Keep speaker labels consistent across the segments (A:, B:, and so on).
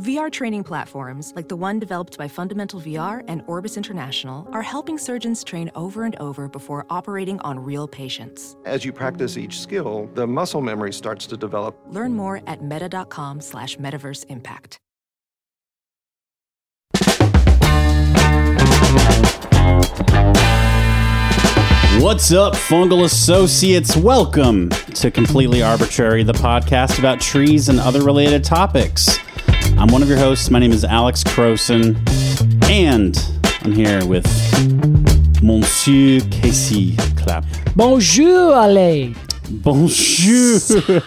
A: VR training platforms, like the one developed by Fundamental VR and Orbis International, are helping surgeons train over and over before operating on real patients.
B: As you practice each skill, the muscle memory starts to develop.
A: Learn more at meta.com slash metaverse impact.
C: What's up, fungal associates? Welcome to Completely Arbitrary, the podcast about trees and other related topics. I'm one of your hosts. My name is Alex Croson, and I'm here with Monsieur Casey Clapp.
D: Bonjour, Ale.
C: Bonjour.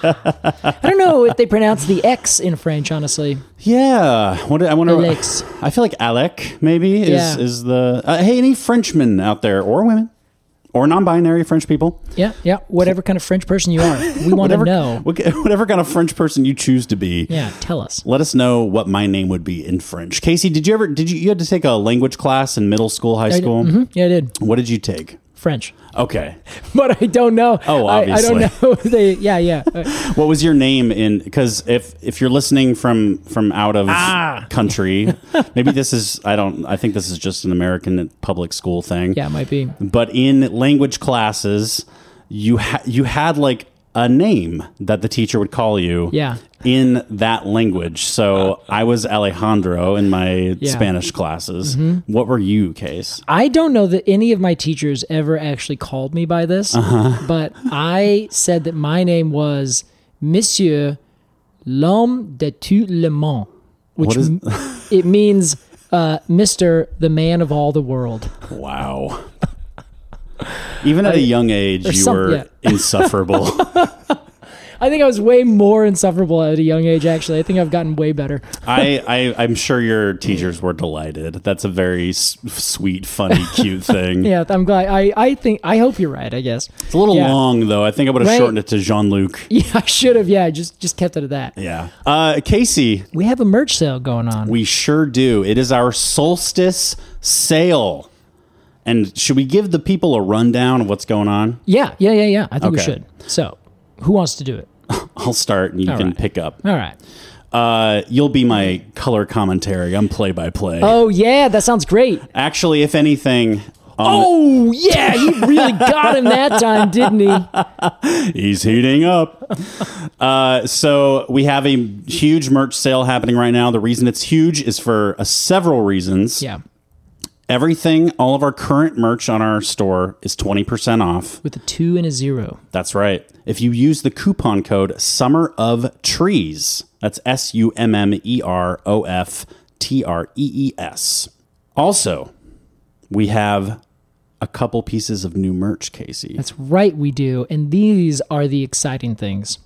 D: I don't know if they pronounce the X in French, honestly.
C: Yeah, what I wonder.
D: Alex.
C: I feel like Alec maybe is
D: Yeah.
C: is the uh, hey any Frenchmen out there or women or non-binary French people.
D: Yeah, yeah. Whatever kind of French person you are, we want to
C: Whatever,
D: know.
C: whatever kind of French person you choose to be.
D: Yeah, tell us.
C: Let us know what my name would be in French. Casey, did you ever did you you had to take a language class in middle school, high school?
D: Mhm, Yeah, I did
C: What did you take?
D: French,
C: Okay.
D: but I don't know.
C: Oh,
D: I- I,
C: obviously.
D: don't know. if they, yeah, yeah. Uh,
C: What was your name in cuz if if you're listening from from out of
D: Ah.
C: country, maybe this is I don't I think this is just an American public school thing.
D: yeah, it might be.
C: But in language classes, you ha- you had like a name that the teacher would call you.
D: Yeah.
C: In that language. So I was Alejandro in my
D: Yeah. Mm-hmm.
C: Spanish classes. What were you, Case?
D: I don't know that any of my teachers ever actually called me by this,
C: Uh-huh.
D: but I said that my name was Monsieur L'Homme de tout le monde, which
C: What is-
D: m- it means uh, Mister, the man of all the world.
C: Wow. Even at a young age, you
D: some-
C: were
D: yeah.
C: insufferable.
D: I think I was way more insufferable at a young age. Actually, I think I've gotten way better.
C: I, I, I'm sure your teachers were delighted. That's a very s- sweet, funny, cute thing.
D: Yeah, I'm glad. I, I think I hope you're right. I guess.
C: It's a little
D: Yeah.
C: long, though. I think I would have
D: Right.
C: shortened it to Jean Luc.
D: Yeah, I should have. Yeah, just just kept it at that.
C: Yeah. Uh, Casey,
D: We have a merch sale going on.
C: We sure do. It is our solstice sale. And should we give the people a rundown of what's going on?
D: yeah, yeah, yeah, yeah. I think we
C: Okay.
D: should. So, who wants to do it?
C: I'll start and you
D: All
C: can
D: right.
C: pick up.
D: All right.
C: Uh, you'll be my color commentary. I'm play by play.
D: Oh yeah, that sounds great.
C: Actually, if anything, on
D: Oh yeah, he really got him that time, didn't he?
C: he's heating up. Uh, so we have a huge merch sale happening right now. The reason it's huge is for uh, several reasons.
D: Yeah,
C: Everything, all of our current merch on our store is 20% off.
D: with a two and a zero.
C: That's right. If you use the coupon code Summer of Trees, that's S U M M E R O F T R E E S. Also, we have a couple pieces of new merch, Casey.
D: That's right, we do. And these are the exciting things.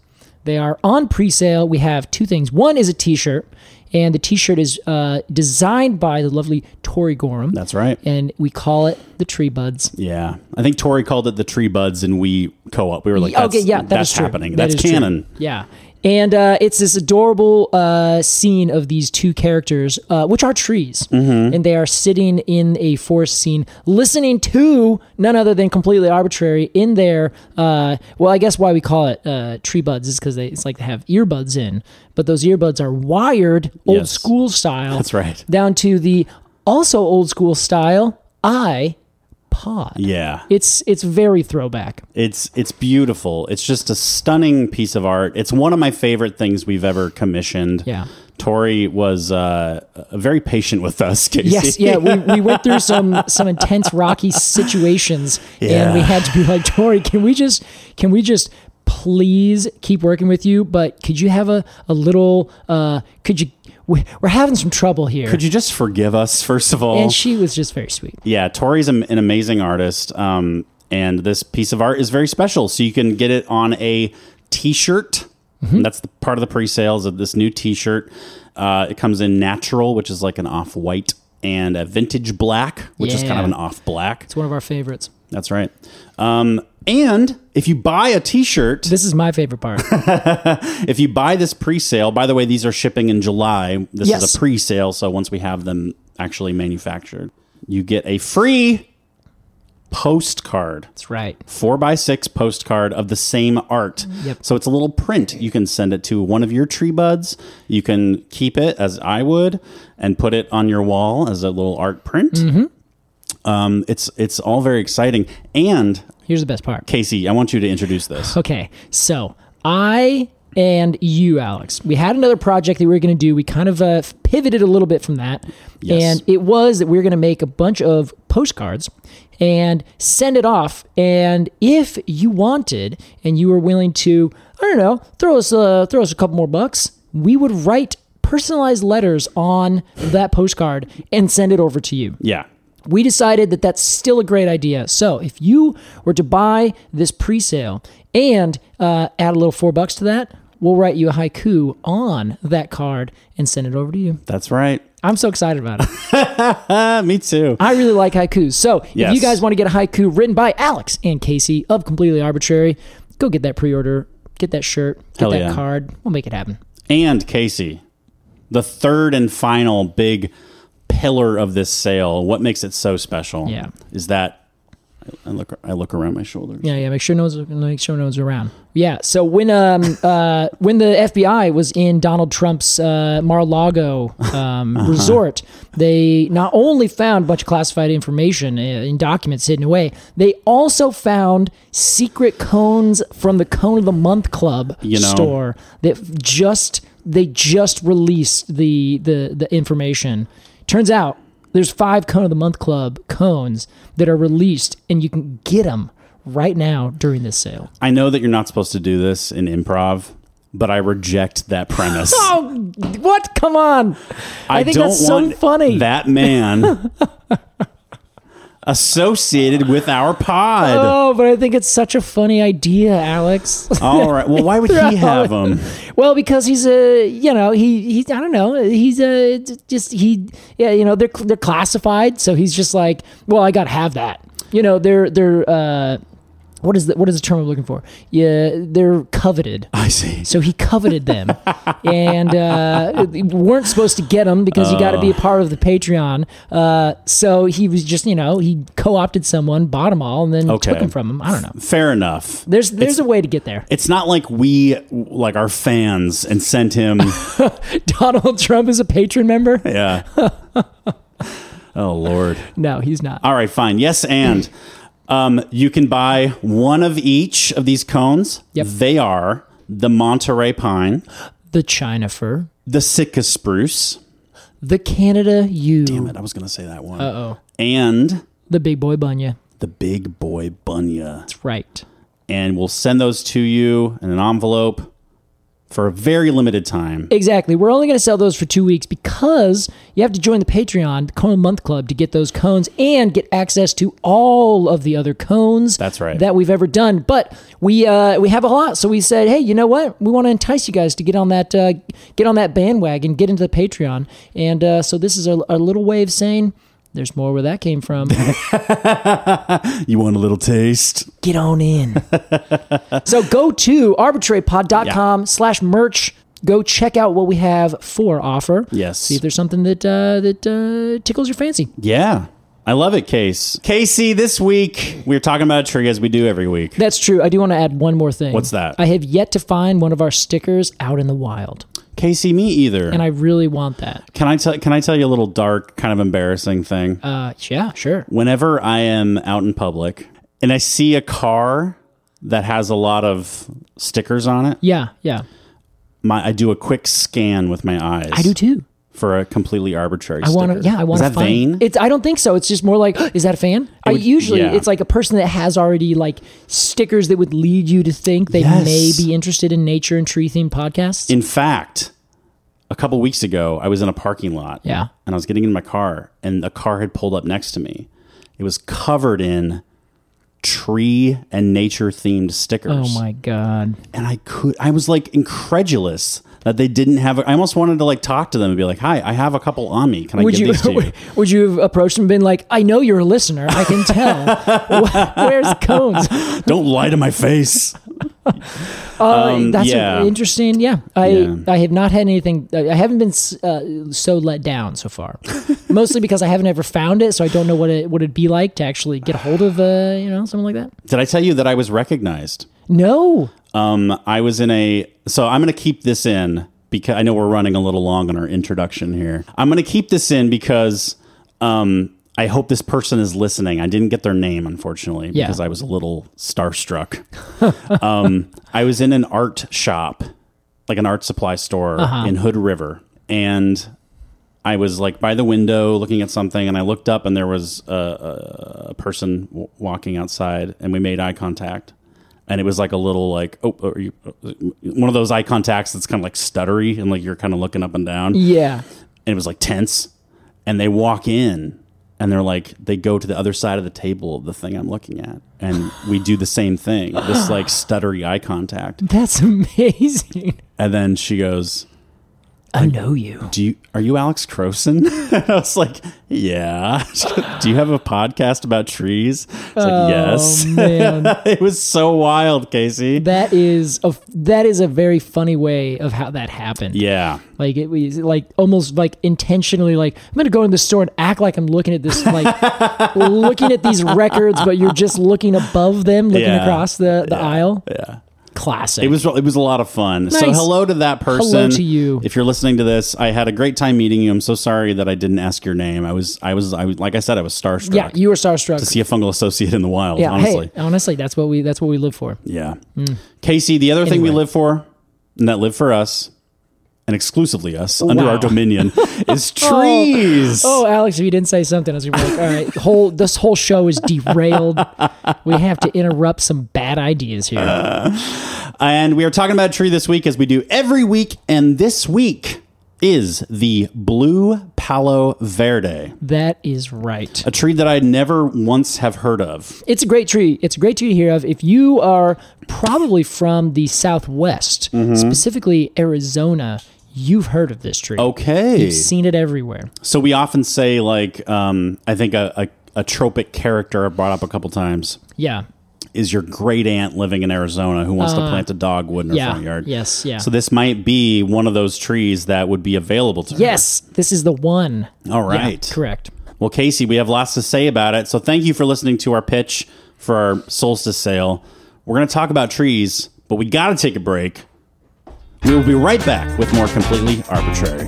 D: They are on pre sale. We have two things. One is a t shirt, and the t shirt is uh, designed by the lovely Tori Gorham.
C: That's right.
D: and we call it the Tree Buds.
C: Yeah, I think Tori called it the tree buds, and we co-op. We were like, that's,
D: okay, yeah, that
C: that's
D: is true.
C: happening.
D: That
C: that's
D: is true.
C: canon."
D: Yeah. And uh, it's this adorable uh, scene of these two characters, uh, which are trees.
C: Mm-hmm.
D: And they are sitting in a forest scene, listening to none other than completely arbitrary in their, uh, well, I guess why we call it uh, tree buds is because it's like they have earbuds in. But those earbuds are wired old
C: Yes.
D: school style.
C: That's right.
D: Down to the also old school style iPod.
C: Yeah,
D: It's, it's very throwback.
C: It's it's beautiful. It's just a stunning piece of art. It's one of my favorite things we've ever commissioned.
D: Yeah.
C: Tori was uh, uh, very patient with us, Casey.
D: Yes, yeah, we, we went through some some intense rocky situations,
C: Yeah.
D: and we had to be like, Tori, can we just can we just please keep working with you? But could you have a a little? Uh, could you? We, we're having some trouble here.
C: Could you Oh. just forgive us, first of all?
D: and she was just very sweet.
C: yeah, Tori's am- an amazing artist, um, and this piece of art is very special. So you can get it on a t-shirt
D: Mm-hmm.
C: And that's the part of the pre-sales of this new T-shirt. Uh, it comes in natural, which is like an off-white, and a vintage black, which is kind
D: Yeah.
C: of an off-black.
D: It's one of our favorites.
C: That's right. Um, and if you buy a T-shirt,
D: This is my favorite part.
C: if you buy this pre-sale, by the way, these are shipping in July. This is
D: Yes.
C: a pre-sale, so once we have them actually manufactured, you get a free postcard.
D: That's right.
C: Four by six postcard of the same art.
D: Yep.
C: So it's a little print. You can send it to one of your tree buds. You can keep it as I would and put it on your wall as a little art print.
D: Mm-hmm.
C: Um, it's it's all very exciting. And
D: Here's the best part.
C: Casey, I want you to introduce this.
D: Okay, so I and you, Alex, we had another project that we were going to do. We kind of uh, pivoted a little bit from that,
C: Yes.
D: and it was that we were going to make a bunch of postcards and send it off. And if you wanted, and you were willing to, I don't know, throw us a, throw us a couple more bucks, we would write personalized letters on that postcard and send it over to you
C: Yeah.
D: we decided that that's still a great idea. So if you were to buy this pre-sale and uh, add a little four bucks to that, we'll write you a haiku on that card and send it over to you.
C: That's right.
D: I'm so excited about it.
C: Ah, me too.
D: I really like haikus. So if
C: Yes.
D: you guys want to get a haiku written by Alex and Casey of Completely Arbitrary, go get that pre-order, get that shirt, get
C: Hell
D: that
C: yeah.
D: card. We'll make it happen.
C: and Casey, the third and final big pillar of this sale. What makes it so special?
D: Yeah.
C: is that I look I look around my shoulders.
D: Yeah, yeah. Make sure no one's make sure no one's around. Yeah. So when um uh when the FBI was in Donald Trump's uh, Mar-a-Lago um, resort, they not only found a bunch of classified information uh, in documents hidden away, they also found secret cones from the Cone of the Month Club
C: You know.
D: store that just they just released the the the information. Turns out there's five Cone of the Month Club cones that are released, and you can get them right now during this sale.
C: I know that you're not supposed to do this in improv, but I reject that premise.
D: Oh, what? Come on! I, think
C: don't
D: that's so
C: want
D: funny.
C: That man associated with our pod.
D: Oh, but I think it's such a funny idea, Alex.
C: All right. Well, why would he have him?
D: Well, because he's a, you know, he, he, I don't know, he's a, just he, yeah, you know, they're they're classified, so he's just like, well, I got to have that, you know, they're they're, uh, what is the what is the term I'm looking for? Yeah, they're coveted.
C: I see.
D: So he coveted them, and uh, we weren't supposed to get them because you got to be a part of the Patreon. Uh, so he was just, you know, he co-opted someone, bought them all, and then
C: Okay.
D: took them from him. I don't know.
C: Fair enough.
D: There's there's a way to get there.
C: It's not like we like our fans and sent him.
D: Donald Trump is a patron member.
C: Yeah. oh Lord.
D: No, he's not.
C: All right, fine. Yes, and um, you can buy one of each of these cones.
D: Yep.
C: They are the Monterey pine,
D: the China fir,
C: the Sitka spruce.
D: the Canada yew,
C: But I was gonna say that one. Uh oh. And
D: the big boy bunya.
C: the big boy bunya.
D: That's right.
C: And we'll send those to you in an envelope for a very limited time.
D: Exactly. We're only going to sell those for two weeks because you have to join the Patreon, the Cone Month Club, to get those cones and get access to all of the other cones.
C: That's right.
D: That we've ever done. But we uh, we have a lot, so we said, hey, you know what? We want to entice you guys to get on that uh, get on that bandwagon, get into the Patreon, and uh, so this is a, a little way of saying. There's more where that came from.
C: You want a little taste?
D: get on in. so go to arbitrarypod.com slash merch. Go check out what we have for offer.
C: Yes.
D: See if there's something that uh, that uh, tickles your fancy.
C: Yeah. I love it, Case. Casey, this week we're talking about a tree as we do every week.
D: That's true. I do want to add one more thing.
C: What's that?
D: I have yet to find one of our stickers out in the wild,
C: Casey, me either.
D: and I really want that.
C: Can I tell? Can I tell you a little dark, kind of embarrassing thing?
D: Uh, yeah, sure.
C: Whenever I am out in public and I see a car that has a lot of stickers on it,
D: Yeah, yeah.
C: my I do a quick scan with my eyes.
D: I do too.
C: for a completely arbitrary.
D: I want to.
C: sticker.
D: Yeah, I want
C: Is
D: to
C: that
D: find.
C: vain?
D: It's. I don't think so. It's just more like, is that a fan? I usually
C: yeah.
D: it's like a person that has already like stickers that would lead you to think they may
C: Yes.
D: be interested in nature and tree themed podcasts.
C: in fact, a couple weeks ago, I was in a parking lot.
D: Yeah.
C: and I was getting in my car, and a car had pulled up next to me. It was covered in tree and nature themed stickers.
D: Oh my god.
C: and I could I was like incredulous that they didn't have I almost wanted to like talk to them and be like, "Hi, I have a couple on me. Can I
D: Would
C: give
D: you,
C: these to you?"
D: would you have approached him and been like, I know you're a listener. I can tell. Where's Cones?
C: Don't lie to my face.
D: Uh,
C: Um,
D: that's
C: yeah.
D: interesting. Yeah, I
C: Yeah.
D: I have not had anything. I haven't been s- uh, so let down so far, mostly because I haven't ever found it, so I don't know what it what it'd be like to actually get a hold of uh, you know something like that.
C: Did I tell you that I was recognized?
D: No,
C: Um, I was in a so I'm going to keep this in because I know we're running a little long on our introduction here. I'm going to keep this in because um, I hope this person is listening. I didn't get their name unfortunately
D: Yeah.
C: because I was a little starstruck. um, I was in an art shop, like an art supply store in Hood River, and I was like by the window looking at something, and I looked up, and there was a, a, a person w- walking outside, and we made eye contact, and it was like a little like oh, are you, one of those eye contacts that's kind of like stuttery, and like you're kind of looking up and down,
D: yeah,
C: and it was like tense, and they walk in. And they're like, they go to the other side of the table of the thing I'm looking at. And we do the same thing, this like stuttery eye contact.
D: that's amazing.
C: And then she goes,
D: I know you.
C: do you are you Alex Croson? And I was like, yeah. do you have a podcast about trees? It's like, yes.
D: Oh, man.
C: it was so wild, Casey.
D: That is a that is a very funny way of how that happened.
C: yeah.
D: Like it was like almost like intentionally like I'm gonna go in the store and act like I'm looking at this like looking at these records, but you're just looking above them, looking
C: Yeah.
D: across the, the aisle. Yeah. Classic.
C: It was it was a lot of fun. So
D: Nice.
C: hello to that person.
D: to you.
C: If you're listening to this, I had a great time meeting you. I'm so sorry that I didn't ask your name. I was I was I was, like I said I was starstruck.
D: yeah, you were starstruck.
C: to see a fungal associate in the wild,
D: yeah,
C: honestly.
D: hey, honestly, that's what we that's what we live for.
C: Yeah. Casey, the other thing we
D: Hmm. Anyway.
C: live for and that live for us and exclusively us under our dominion is trees.
D: Oh, Alex, if you didn't say something, I was gonna be like, all right, whole this whole show is derailed. we have to interrupt some bad ideas here.
C: And we are talking about a tree this week as we do every week. And this week is the blue palo verde,
D: that is right.
C: a tree that I never once have heard of.
D: It's a great tree. It's a great tree to hear of. If you are probably from the Southwest,
C: Mm-hmm.
D: specifically Arizona, you've heard of this tree.
C: Okay.
D: You've seen it everywhere.
C: So we often say, like, um, I think a, a, a tropic character I brought up a couple times
D: Yeah.
C: is your great aunt living in Arizona who wants to plant a dogwood in her
D: Uh, yeah,
C: front yard.
D: yes, yeah.
C: So this might be one of those trees that would be available to her.
D: Yes, this is the one.
C: All right.
D: Correct.
C: Well, Casey, we have lots to say about it. So thank you for listening to our pitch for our solstice sale. We're going to talk about trees, but we got to take a break. We will be right back with more completely arbitrary.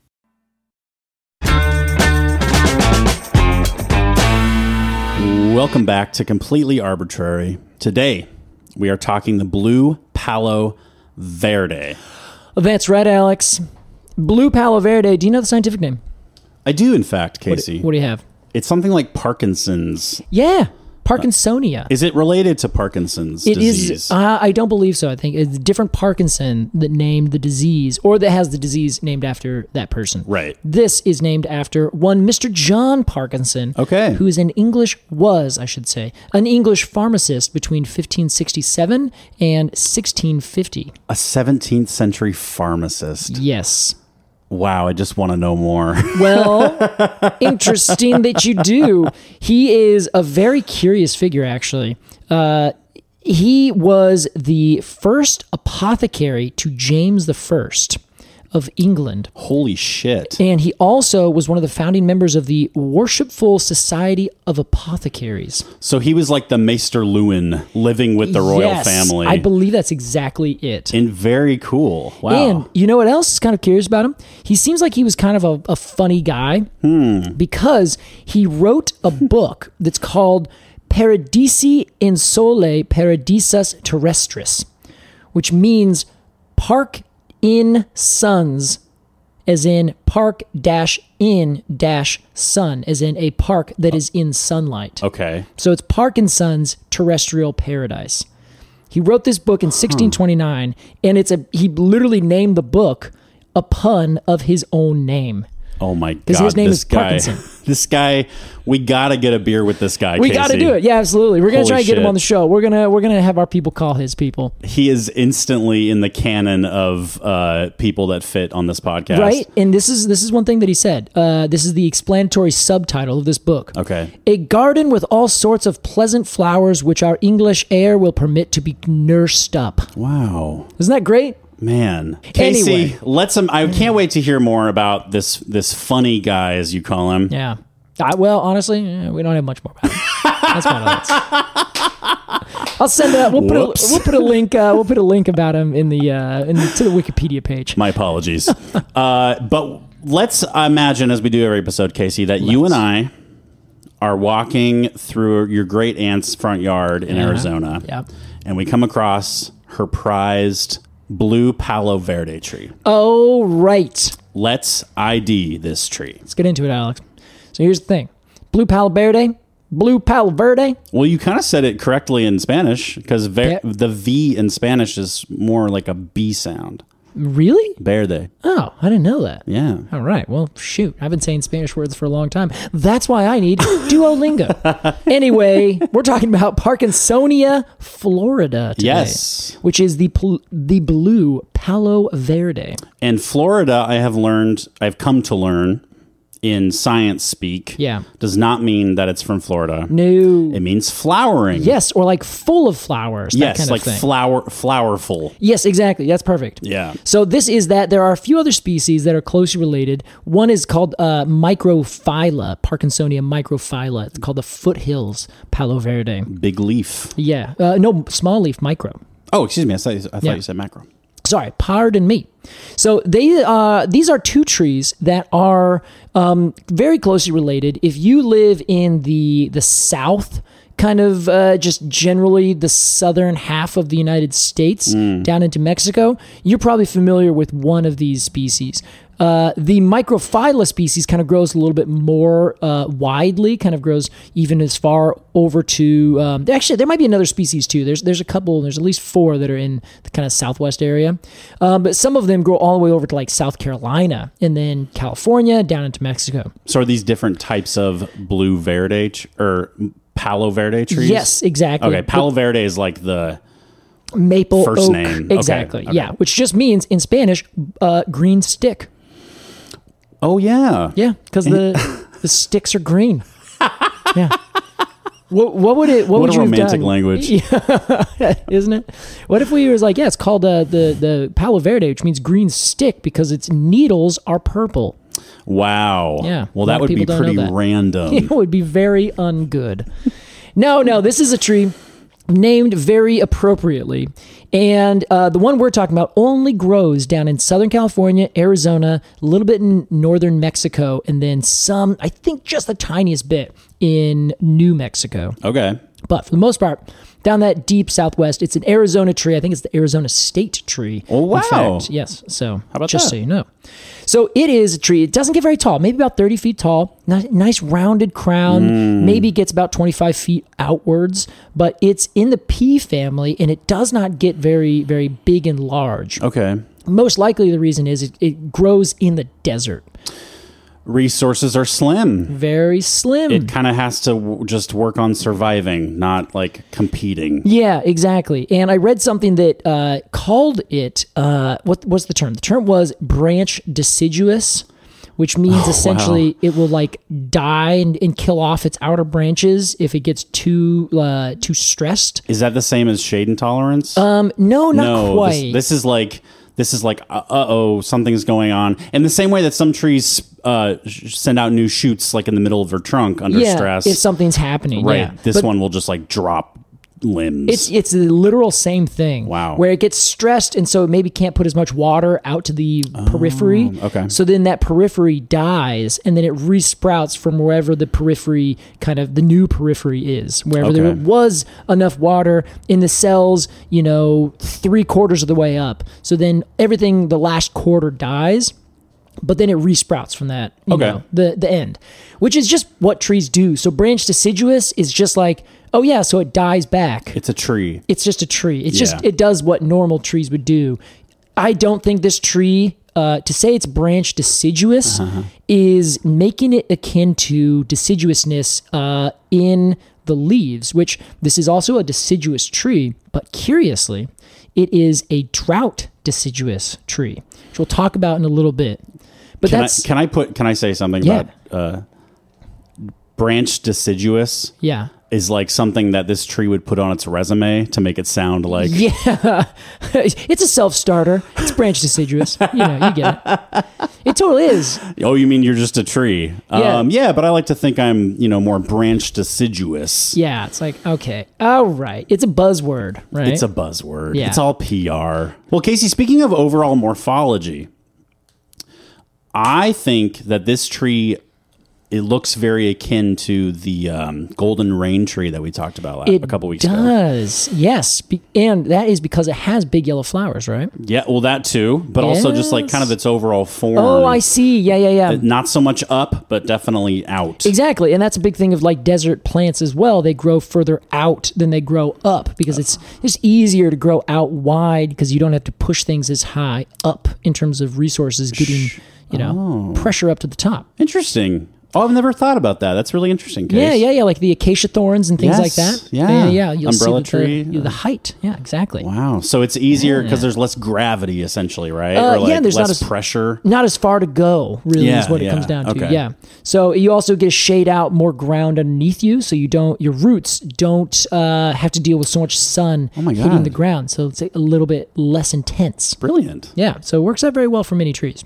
C: Welcome back to Completely Arbitrary. Today, we are talking the blue palo verde.
D: That's right, Alex. Blue Palo Verde. Do you know the scientific name?
C: I do, in fact,
D: What-
C: Casey.
D: What, do you have?
C: it's something like Parkinson's.
D: Yeah, Parkinsonia.
C: Is it related to Parkinson's
D: It is.
C: disease?
D: Uh, I don't believe so. I think it's a different Parkinson that named the disease, or that has the disease named after that person.
C: Right.
D: This is named after one Mr. John Parkinson.
C: Okay.
D: Who is an English was I should say an English pharmacist between 1567 and 1650.
C: a 17th century pharmacist.
D: Yes.
C: Wow, I just want to know more.
D: Well, interesting that you do. He is a very curious figure, actually. Uh, He was the first apothecary to James the First of England.
C: Holy shit.
D: And he also was one of the founding members of the Worshipful Society of Apothecaries.
C: So he was like the Maester Lewin living with the royal
D: Yes,
C: family.
D: I believe that's exactly it.
C: and very cool. Wow.
D: And you know what else is kind of curious about him? He seems like he was kind of a, a funny guy
C: Hmm.
D: because he wrote a book that's called Paradisi in Sole Paradisus Terrestris, which means park in suns, as in park dash in dash sun, as in a park that is in sunlight.
C: okay.
D: So it's Parkinson's Terrestrial Paradise. He wrote this book in
C: Hmm.
D: 1629, and it's a he literally named the book a pun of his own name.
C: Oh my
D: His-
C: god.
D: his name
C: this
D: is
C: guy.
D: Parkinson.
C: This guy. We gotta get a beer with this guy.
D: We got to
C: Casey.
D: do it. Yeah, absolutely. We're gonna
C: Holy
D: try and get him
C: shit.
D: on the show. We're gonna we're gonna have our people call his people,
C: He is instantly in the canon of uh, people that fit on this podcast.
D: right? And this is this is one thing that he said. Uh, this is the explanatory subtitle of this book.
C: Okay.
D: A garden with all sorts of pleasant flowers, which our English air will permit to be nursed up.
C: Wow.
D: Isn't that great?
C: Man, Casey,
D: Anyway.
C: let's. Um, I can't wait to hear more about this this funny guy, as you call him.
D: Yeah. I, well, honestly, eh, we don't have much more about it. That's my notes. I'll send a we'll put a,
C: Whoops.
D: we'll put a link uh, we'll put a link about him in the uh, in to the Wikipedia page.
C: My apologies. uh, but let's imagine, as we do every episode, Casey, that you and I are walking through your great aunt's front yard in Arizona,
D: Yeah.
C: and we come across her prized blue Palo Verde tree.
D: Oh right,
C: Let's ID this tree.
D: let's get into it, Alex. So here's the thing: blue Palo Verde, blue Palo Verde.
C: Well, you kind of said it correctly in Spanish because ver-
D: Yeah.
C: the V in Spanish is more like a B sound.
D: Really?
C: Verde.
D: Oh, I didn't know that.
C: Yeah.
D: All right. Well, shoot. I've been saying Spanish words for a long time. That's why I need Duolingo. anyway, we're talking about Parkinsonia, Florida today.
C: Yes.
D: Which is the pl- the blue Palo Verde.
C: And Florida, I have learned, I've come to learn in science speak,
D: Yeah.
C: does not mean that it's from Florida.
D: No.
C: It means flowering.
D: Yes, or like full of flowers.
C: Yes,
D: that kind
C: like
D: of thing.
C: flower, flowerful.
D: yes, exactly. That's perfect.
C: Yeah.
D: So this is that there are a few other species that are closely related. One is called uh, Microphylla, Parkinsonia microphylla. It's called the foothills Palo Verde.
C: Big leaf.
D: Yeah. Uh, no, small leaf micro.
C: Oh, excuse me. I thought, you- I thought
D: Yeah.
C: you said macro.
D: sorry, pardon me. So they uh, these are two trees that are um, very closely related. If you live in the the South, kind of uh, just generally the southern half of the United States, down into Mexico, you're probably familiar with one of these species. Uh, the microphylla species kind of grows a little bit more uh, widely, kind of grows even as far over to. Um, actually, there might be another species too. There's there's a couple. There's at least four that are in the kind of southwest area, um, but some of them grow all the way over to like South Carolina and then California down into Mexico.
C: So are these different types of blue verde tr- or palo verde trees?
D: Yes, exactly.
C: Okay. Palo verde is like the.
D: maple
C: First
D: oak.
C: name. Okay,
D: Exactly.
C: okay.
D: Yeah, which just means in Spanish, uh, green stick.
C: Oh, yeah.
D: Yeah, because the the sticks are green. Yeah. What, what would it? What,
C: What
D: would
C: a
D: you have
C: romantic
D: done?
C: language.
D: Yeah, isn't it? What if we was like, yeah, it's called uh, the the Palo Verde, which means green stick because its needles are purple.
C: Wow.
D: Yeah,
C: Well,
D: a lot
C: that
D: of
C: would be
D: people don't know
C: pretty
D: that.
C: random.
D: it would be very ungood. No, no, this is a tree named very appropriately. And uh, the one we're talking about only grows down in Southern California, Arizona, a little bit in Northern Mexico, and then some, I think just the tiniest bit in New Mexico.
C: Okay.
D: But for the most part, down that deep Southwest, it's an Arizona tree. I think it's the Arizona state tree.
C: Oh,
D: in
C: wow.
D: fact. Yes. So How
C: about
D: just
C: that?
D: so you know. So it is a tree. It doesn't get very tall, maybe about 30 feet tall, ni- nice rounded crown,
C: Mm.
D: maybe gets about 25 feet outwards, but it's in the pea family and it does not get very, very big and large.
C: Okay.
D: Most likely the reason is it, it grows in the desert.
C: Resources are slim.
D: Very slim.
C: It kind of has to w- just work on surviving, not like competing.
D: Yeah, exactly. And I read something that uh, called it uh, what was the term? The term was branch deciduous, which means
C: Oh,
D: essentially it will like die and, and kill off its outer branches if it gets too uh, too stressed.
C: Is that the same as shade intolerance?
D: Um, no, not
C: no,
D: quite.
C: This, this is like this is like uh oh, something's going on. In the same way that some trees uh, sh- send out new shoots, like in the middle of their trunk under
D: yeah,
C: stress.
D: if something's happening,
C: right,
D: Yeah.
C: this
D: But
C: one will just like drop limbs.
D: It's it's the literal same thing.
C: Wow.
D: Where it gets stressed, and so it maybe can't put as much water out to the periphery.
C: Oh, okay.
D: So then that periphery dies, and then it resprouts from wherever the periphery, kind of the new periphery is. Wherever there
C: Okay.
D: was enough water in the cells, you know, three quarters of the way up. So then everything, the last quarter dies. But then it resprouts from that, you
C: Okay.
D: know, the the end, which is just what trees do. So branch deciduous is just like, oh yeah, so it dies back
C: it's a tree.
D: it's just a tree. It's just
C: Yeah.
D: it does what normal trees would do. I don't think this tree uh, to say it's branch deciduous
C: Uh-huh.
D: is making it akin to deciduousness uh, in the leaves, which this is also a deciduous tree, but curiously, it is a drought deciduous tree, which we'll talk about in a little bit. But
C: Can I,
D: that's
C: can I put? Can I say something
D: Yeah.
C: about uh, branch deciduous?
D: yeah,
C: Is like something that this tree would put on its resume to make it sound like
D: yeah. it's a self starter. It's branch deciduous. you know, you get it. It totally is.
C: Oh, you mean you're just a tree?
D: Yeah.
C: Um, yeah, but I like to think I'm, you know, more branch deciduous.
D: Yeah, it's like okay, all right. It's a buzzword, right?
C: It's a buzzword.
D: Yeah.
C: It's all PR. Well, Casey, speaking of overall morphology, I think that this tree it looks very akin to the um, golden rain tree that we talked about la-
D: it
C: a couple weeks ago.
D: does. Yes, be, and that is because it has big yellow flowers, right?
C: Yeah, well, that too, but also just like kind of
D: Yes.
C: its overall form. Uh,
D: Oh, I see. Yeah, yeah, yeah.
C: Not so much up, but definitely out.
D: Exactly, and that's a big thing of like desert plants as well. They grow further out than they grow up because it's
C: Uh-huh.
D: it's easier to grow out wide because you don't have to push things as high up in terms of resources getting you
C: oh.
D: know pressure up to the top.
C: Interesting. Oh, I've never thought about that. That's really interesting. Case.
D: Yeah, yeah, yeah. Like the acacia thorns and things like
C: Yes,
D: that.
C: yeah.
D: yeah. yeah. You'll see
C: Umbrella
D: that the-
C: tree. uh,
D: yeah, The, height. Yeah, exactly.
C: Wow. So it's easier because there's less gravity, essentially, right?
D: Uh,
C: or like
D: yeah, there's not
C: less
D: as- Mm.
C: pressure.
D: not as far to go really
C: Yeah,
D: is what it
C: yeah,
D: comes down to
C: okay.
D: yeah so you also get to shade out more ground underneath you so you don't your roots don't uh, have to deal with so much sun
C: Oh my
D: hitting
C: God.
D: the ground so it's a little bit less intense
C: Brilliant.
D: yeah so it works out very well for many trees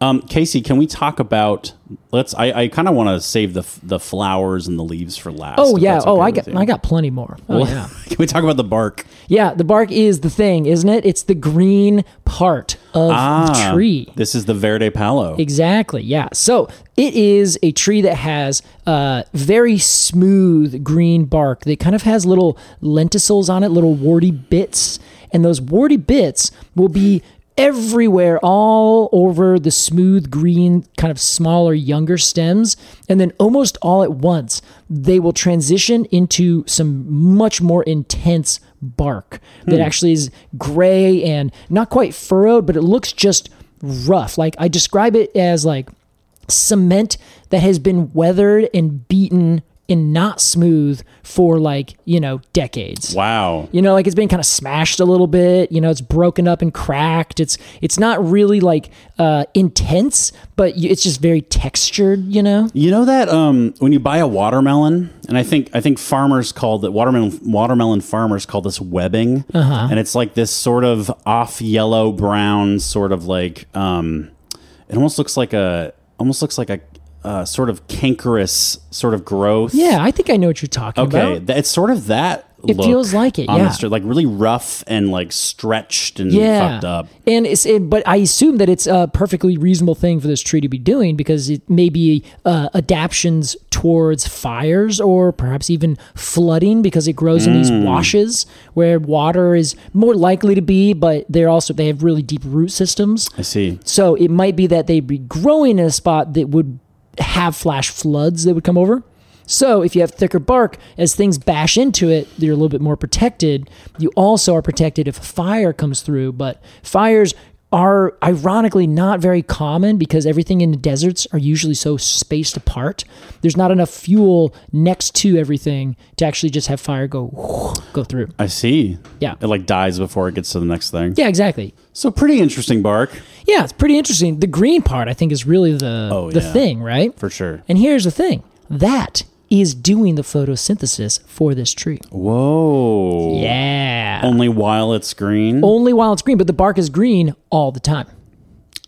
C: Um, Casey, can we talk about? Let's. I, I kind of want to save the f- the flowers and the leaves for last.
D: oh
C: if
D: yeah
C: that's
D: oh
C: okay
D: i
C: with
D: got
C: you.
D: i got plenty more oh,
C: Well,
D: yeah
C: can we talk about the bark?
D: yeah the bark is the thing isn't it it's the green part of
C: Ah.
D: the tree
C: This is the verde palo.
D: Exactly. Yeah. So it is a tree that has uh, very smooth green bark that kind of has little lenticels on it, little warty bits, and those warty bits will be everywhere all over the smooth green kind of smaller younger stems and then almost all at once they will transition into some much more intense bark that actually is gray and not quite furrowed but it looks just rough. Like I describe it as like cement that has been weathered and beaten and not smooth for like, you know, decades.
C: Wow.
D: You know, like it's been kind of smashed a little bit, you know, it's broken up and cracked. It's it's not really like uh intense, but y- it's just very textured, you know.
C: You know that um, when you buy a watermelon, and I think I think farmers call that watermelon watermelon farmers call this webbing,
D: Uh-huh.
C: and it's like this sort of off yellow brown sort of like um, it almost looks like a almost looks like a uh, sort of cankerous sort of growth.
D: Yeah, I think I know what you're talking about.
C: Okay, th- it's sort of that.
D: It
C: look
D: feels like it,
C: on the
D: yeah.
C: str- like really rough and like stretched and
D: yeah.
C: fucked up.
D: And it's it, but I assume that it's a perfectly reasonable thing for this tree to be doing because it may be uh, adaptions towards fires or perhaps even flooding because it grows in
C: Mm.
D: these washes where water is more likely to be, but they're also they have really deep root systems.
C: I see.
D: So it might be that they'd be growing in a spot that would have flash floods that would come over. So if you have thicker bark, as things bash into it, you're a little bit more protected. You also are protected if a fire comes through, but fires are ironically not very common because everything in the deserts are usually so spaced apart. There's not enough fuel next to everything to actually just have fire go go through.
C: I see.
D: Yeah.
C: It like dies before it gets to the next thing.
D: Yeah, exactly.
C: So pretty interesting bark
D: Yeah, it's pretty interesting. The green part I think is really the
C: Oh,
D: the
C: yeah.
D: thing, right?
C: for sure.
D: And here's the thing. That is doing the photosynthesis for this tree.
C: Whoa.
D: Yeah. Oh.
C: Only while it's green.
D: Only while it's green, but the bark is green all the time.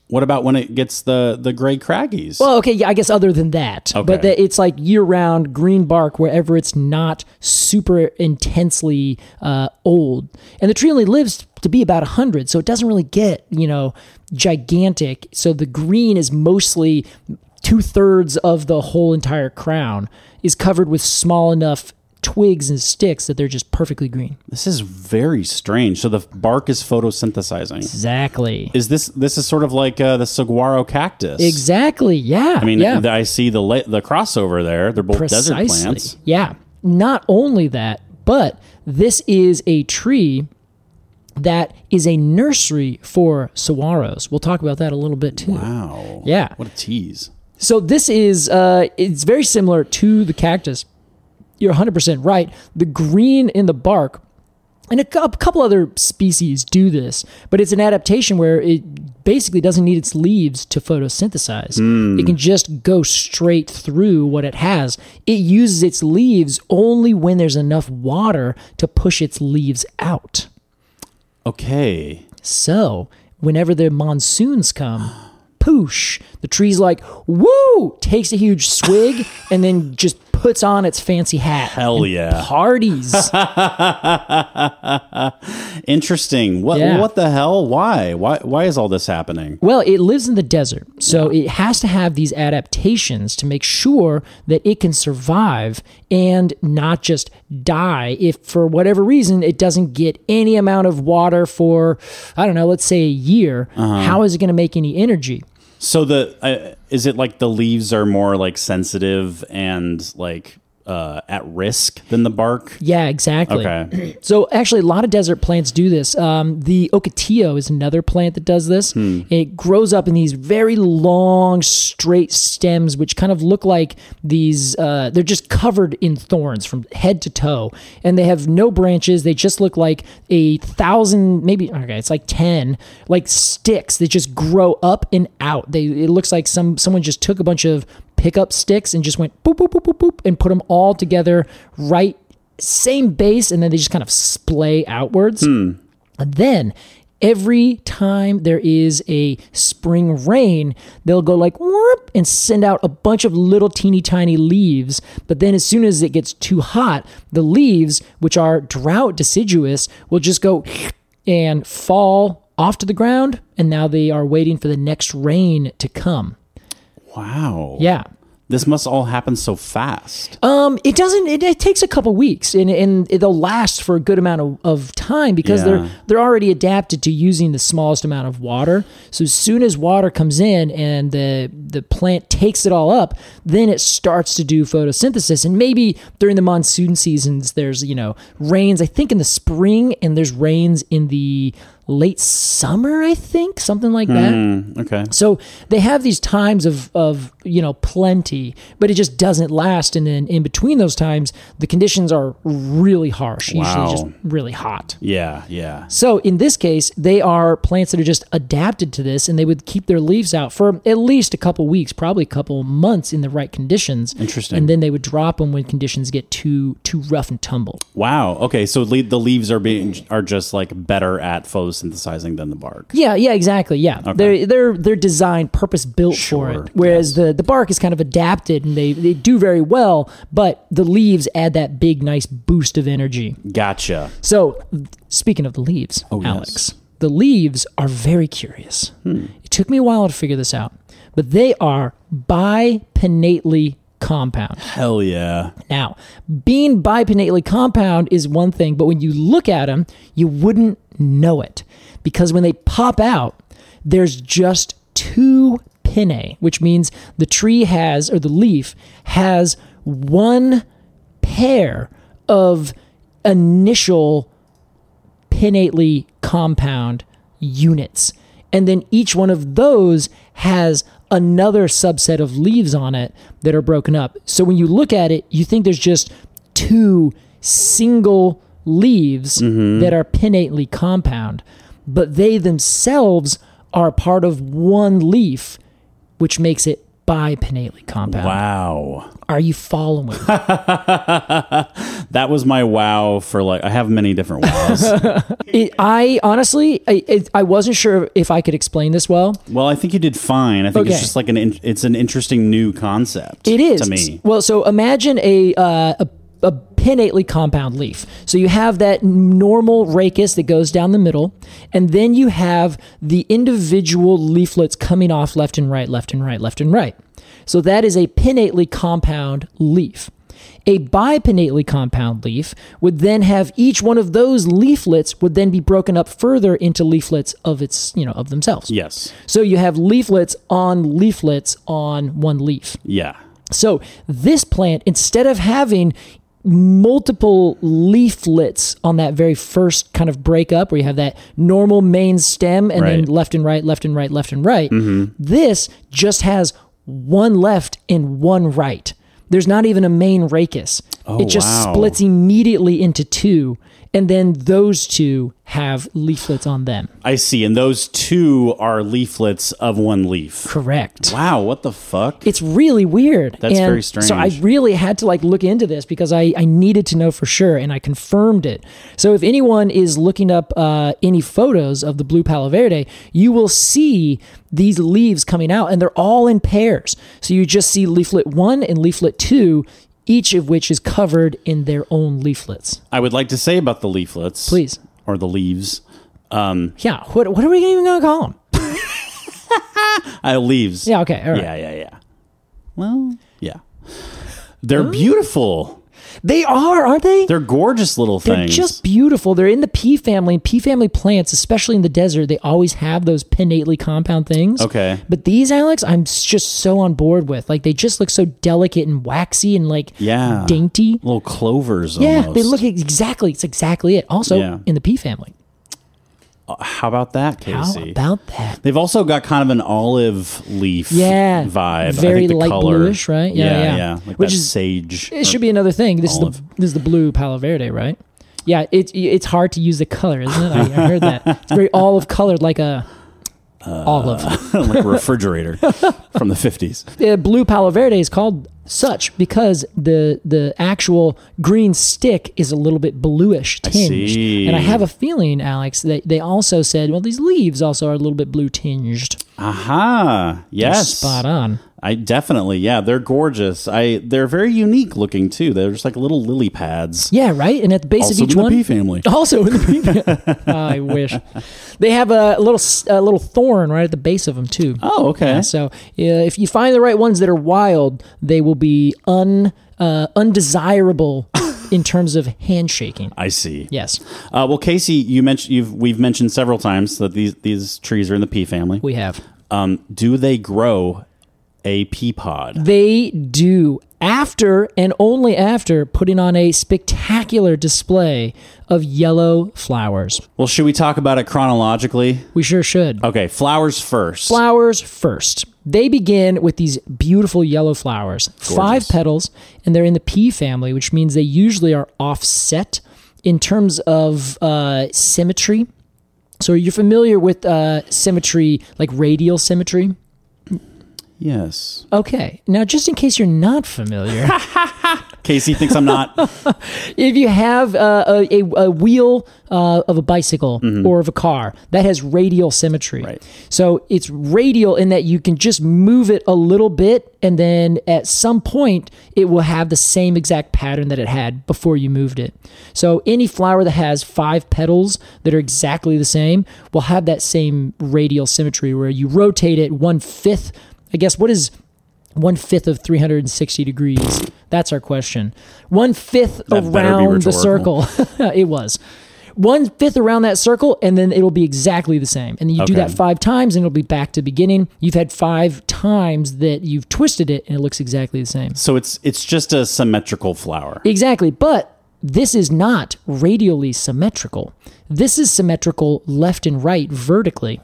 C: What about when it gets the the gray craggies?
D: Well, Oh, okay, yeah, I guess other than that, but
C: Okay.
D: that it's like year-round green bark wherever it's not super intensely uh, old, and the tree only lives to be about hundred, so it doesn't really get you know gigantic. So the green is mostly two thirds of the whole entire crown is covered with small enough twigs and sticks that they're just perfectly green.
C: this is very strange. So the bark is photosynthesizing.
D: Exactly.
C: Is this this is sort of like uh, the saguaro cactus?
D: Exactly. Yeah.
C: I mean,
D: yeah.
C: th- I see the la- the crossover there. They're both desert plants.
D: Yeah. Not only that, but this is a tree that is a nursery for saguaros. We'll talk about that a little bit too.
C: Wow.
D: Yeah.
C: What a tease.
D: So this is uh, it's very similar to the cactus. You're 100% right. The green in the bark, and a, cou- a couple other species do this, but it's an adaptation where it basically doesn't need its leaves to photosynthesize. It can just go straight through what it has. It uses its leaves only when there's enough water to push its leaves out.
C: Okay.
D: So, whenever the monsoons come, poosh, the tree's like, woo, takes a huge swig and then just puts on its fancy hat.
C: Hell
D: and
C: yeah.
D: Parties.
C: Interesting. What
D: Yeah.
C: what the hell? Why? Why why is all this happening?
D: well, it lives in the desert, so it has to have these adaptations to make sure that it can survive and not just die if for whatever reason it doesn't get any amount of water for I don't know, let's say a year.
C: Uh-huh.
D: How is it going to make any energy?
C: So the uh, is it like the leaves are more like sensitive and like uh, at risk than the bark?
D: Yeah, exactly.
C: Okay.
D: So actually, a lot of desert plants do this. Um, the ocotillo is another plant that does this. It grows up in these very long, straight stems, which kind of look like these. Uh, they're just covered in thorns from head to toe, and they have no branches. They just look like a thousand, maybe okay, it's like ten, like sticks that just grow up and out. They it looks like some someone just took a bunch of pickup sticks and just went boop boop boop boop boop and put them all together right same base and then they just kind of splay outwards. And then every time there is a spring rain, they'll go like whoop and send out a bunch of little teeny tiny leaves. But then as soon as it gets too hot, the leaves, which are drought deciduous, will just go and fall off to the ground. And now they are waiting for the next rain to come.
C: Wow.
D: Yeah.
C: This must all happen so fast.
D: Um, it doesn't. It, it takes a couple weeks, and and they'll last for a good amount of, of time because
C: Yeah.
D: they're they're already adapted to using the smallest amount of water. So as soon as water comes in and the the plant takes it all up, then it starts to do photosynthesis. And maybe during the monsoon seasons, there's you know rains. I think in the spring, and there's rains in the late summer. I think something like that.
C: Okay.
D: So they have these times of of you know plenty, but it just doesn't last. And then in between those times, the conditions are really harsh,
C: Wow.
D: usually just really hot.
C: Yeah, yeah.
D: So in this case, they are plants that are just adapted to this, and they would keep their leaves out for at least a couple weeks, probably a couple months in the right conditions.
C: Interesting.
D: And then they would drop them when conditions get too too rough and tumble.
C: Wow. Okay, so le- the leaves are being are just like better at photosynthesizing than the bark.
D: Yeah, yeah, exactly. Yeah, they're they're they're designed, purpose built
C: Sure,
D: for it. Whereas the the bark is kind of adapted, and they they do very well, but the leaves add that big, nice boost of energy.
C: Gotcha.
D: So, speaking of the leaves,
C: Oh, yes. Hmm.
D: Alex, the leaves are very curious. It took me a while to figure this out, but they are bipinnately compound.
C: Hell yeah.
D: Now, being bipinnately compound is one thing, but when you look at them, you wouldn't know it because when they pop out, there's just two pinnae, which means the tree has, or the leaf has one pair of initial pinnately compound units. And then each one of those has another subset of leaves on it that are broken up. So when you look at it, you think there's just two single leaves that are pinnately compound, but they themselves are part of one leaf, which makes it bipinnately compound.
C: Wow.
D: Are you following?
C: That was my wow for like, I have many different wows.
D: it, I honestly, I, it, I wasn't sure if I could explain this well.
C: well, I think you did fine. I think
D: Okay.
C: it's just like an, in, it's an interesting new concept.
D: It is
C: To me.
D: Well, so imagine a uh, a, a pinnately compound leaf. So you have that normal rachis that goes down the middle, and then you have the individual leaflets coming off left and right, left and right, left and right. So that is a pinnately compound leaf. A bipinnately compound leaf would then have each one of those leaflets would then be broken up further into leaflets of its, you know, of themselves.
C: Yes.
D: So you have leaflets on leaflets on one leaf.
C: Yeah.
D: So this plant, instead of having multiple leaflets on that very first kind of breakup where you have that normal main stem and then
C: Right. Mm-hmm.
D: left and right, left and right, left and right, this just has one left and one right. There's not even a main rachis. it just
C: Oh, wow.
D: splits immediately into two, and then those two have leaflets on them.
C: I see. And those two are leaflets of one leaf.
D: Correct.
C: Wow. What the fuck?
D: It's really weird.
C: That's
D: And
C: very
D: So I
C: strange.
D: really had to like look into this because I, I needed to know for sure and I confirmed it. So if anyone is looking up uh, any photos of the blue Palo Verde, you will see these leaves coming out and they're all in pairs. So you just see leaflet one and leaflet two, each of which is covered in their own leaflets.
C: I would like to say about the leaflets,
D: Please.
C: or the leaves. Um,
D: Yeah. What, what are we even going to call them?
C: I Uh, leaves.
D: Yeah. Okay. All right.
C: Yeah, yeah, yeah. Well, yeah. They're beautiful.
D: They are, aren't they?
C: They're gorgeous little
D: They're
C: things.
D: just beautiful. They're in the pea family. And pea family plants, especially in the desert, they always have those pinnately compound things.
C: Okay.
D: But these, Alex, I'm s- just so on board with. Like they just look so delicate and waxy and like
C: yeah.
D: dainty.
C: Little clovers.
D: Yeah,
C: almost.
D: they look ex- exactly. It's exactly it. Also
C: Yeah.
D: in the pea family.
C: How about that,
D: How
C: Casey?
D: about that?
C: They've also got kind of an olive leaf.
D: Yeah.
C: Vibe. I
D: Very
C: think the
D: light
C: color,
D: bluish, right? Yeah,
C: yeah.
D: yeah.
C: Like
D: Which
C: that
D: is-
C: sage.
D: It should be another thing. This is the
C: Olive.
D: this is the blue Palo Verde, right? Yeah, it's it's hard to use the color, isn't it? I, I heard that. It's very olive colored, like a
C: Uh,
D: olive.
C: like a refrigerator from the fifties.
D: uh, blue Palo Verde is called such because the the actual green stick is a little bit bluish tinged.
C: see.
D: And I have a feeling, Alex, that they also said, well, these leaves also are a little bit blue tinged.
C: Aha. Yes.
D: Spot on.
C: I definitely, yeah, they're gorgeous. I they're very unique looking too. They're just like little lily pads.
D: Yeah, right. And at the base
C: Also
D: of each
C: in the
D: one,
C: pea family.
D: also in the pea family. I wish they have a little s- a little thorn right at the base of them too.
C: Oh, okay.
D: Yeah, so uh, if you find the right ones that are wild, they will be un uh, undesirable in terms of handshaking.
C: I see.
D: Yes,
C: Uh, well, Casey, you mentioned you've we've mentioned several times that these these trees are in the pea family.
D: we have.
C: Um, do they grow a pea pod?
D: They do. After and only after putting on a spectacular display of yellow flowers.
C: Well, should we talk about it chronologically?
D: We sure should.
C: Okay, flowers first.
D: Flowers first. They begin with these beautiful yellow flowers, five petals, and they're in the pea family, which means they usually are offset in terms of uh, symmetry. So you're familiar with uh, symmetry, like radial symmetry?
C: yes.
D: Okay. Now, just in case you're not familiar,
C: Casey thinks I'm not.
D: if you have uh, a, a, a wheel uh, of a bicycle or of a car that has radial symmetry
C: Right.
D: so it's radial in that you can just move it a little bit and then at some point it will have the same exact pattern that it had before you moved it so any flower that has five petals that are exactly the same will have that same radial symmetry where you rotate it one fifth i guess what is one fifth of 360 degrees. That's our question. One fifth
C: That better be
D: around the
C: rhetorical.
D: circle. it was. One fifth around that circle, and then it'll be exactly the same. And you do
C: Okay.
D: that five times, and it'll be back to beginning. You've had five times that you've twisted it, and it looks exactly the same.
C: so it's it's just a symmetrical flower.
D: Exactly. But this is not radially symmetrical. This is symmetrical left and right vertically.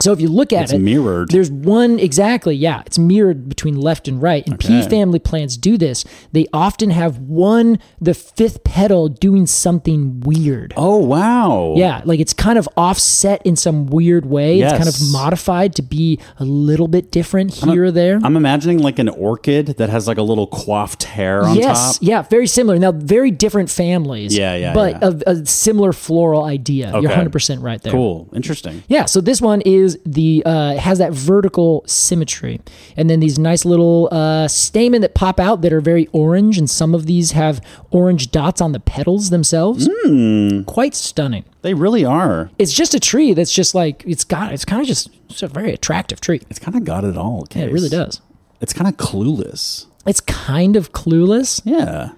D: So if you look at
C: It's
D: it,
C: mirrored.
D: There's one exactly, yeah. It's mirrored between left and right. And P
C: Okay.
D: family plants do this. They often have one, the fifth petal, doing something weird.
C: Oh wow.
D: Yeah, like it's kind of offset in some weird way. It's kind
C: Yes.
D: of modified to be a little bit different
C: I'm a-
D: here or there.
C: I'm imagining like an orchid that has like a little coiffed hair on
D: yes,
C: top.
D: yeah, very similar. Now, very different families.
C: Yeah, yeah,
D: But
C: yeah.
D: A, a similar floral idea. You're
C: Okay.
D: 100 percent right there.
C: Cool. Interesting.
D: Yeah, so this one is the uh, has that vertical symmetry, and then these nice little uh, stamen that pop out that are very orange, and some of these have orange dots on the petals themselves.
C: Hmm.
D: Quite stunning.
C: They really are.
D: It's just a tree that's just like it's got. It's kind of just it's a very attractive tree.
C: It's kind of got it all.
D: Yeah, it really does.
C: It's kind of clueless.
D: It's kind of clueless.
C: Yeah.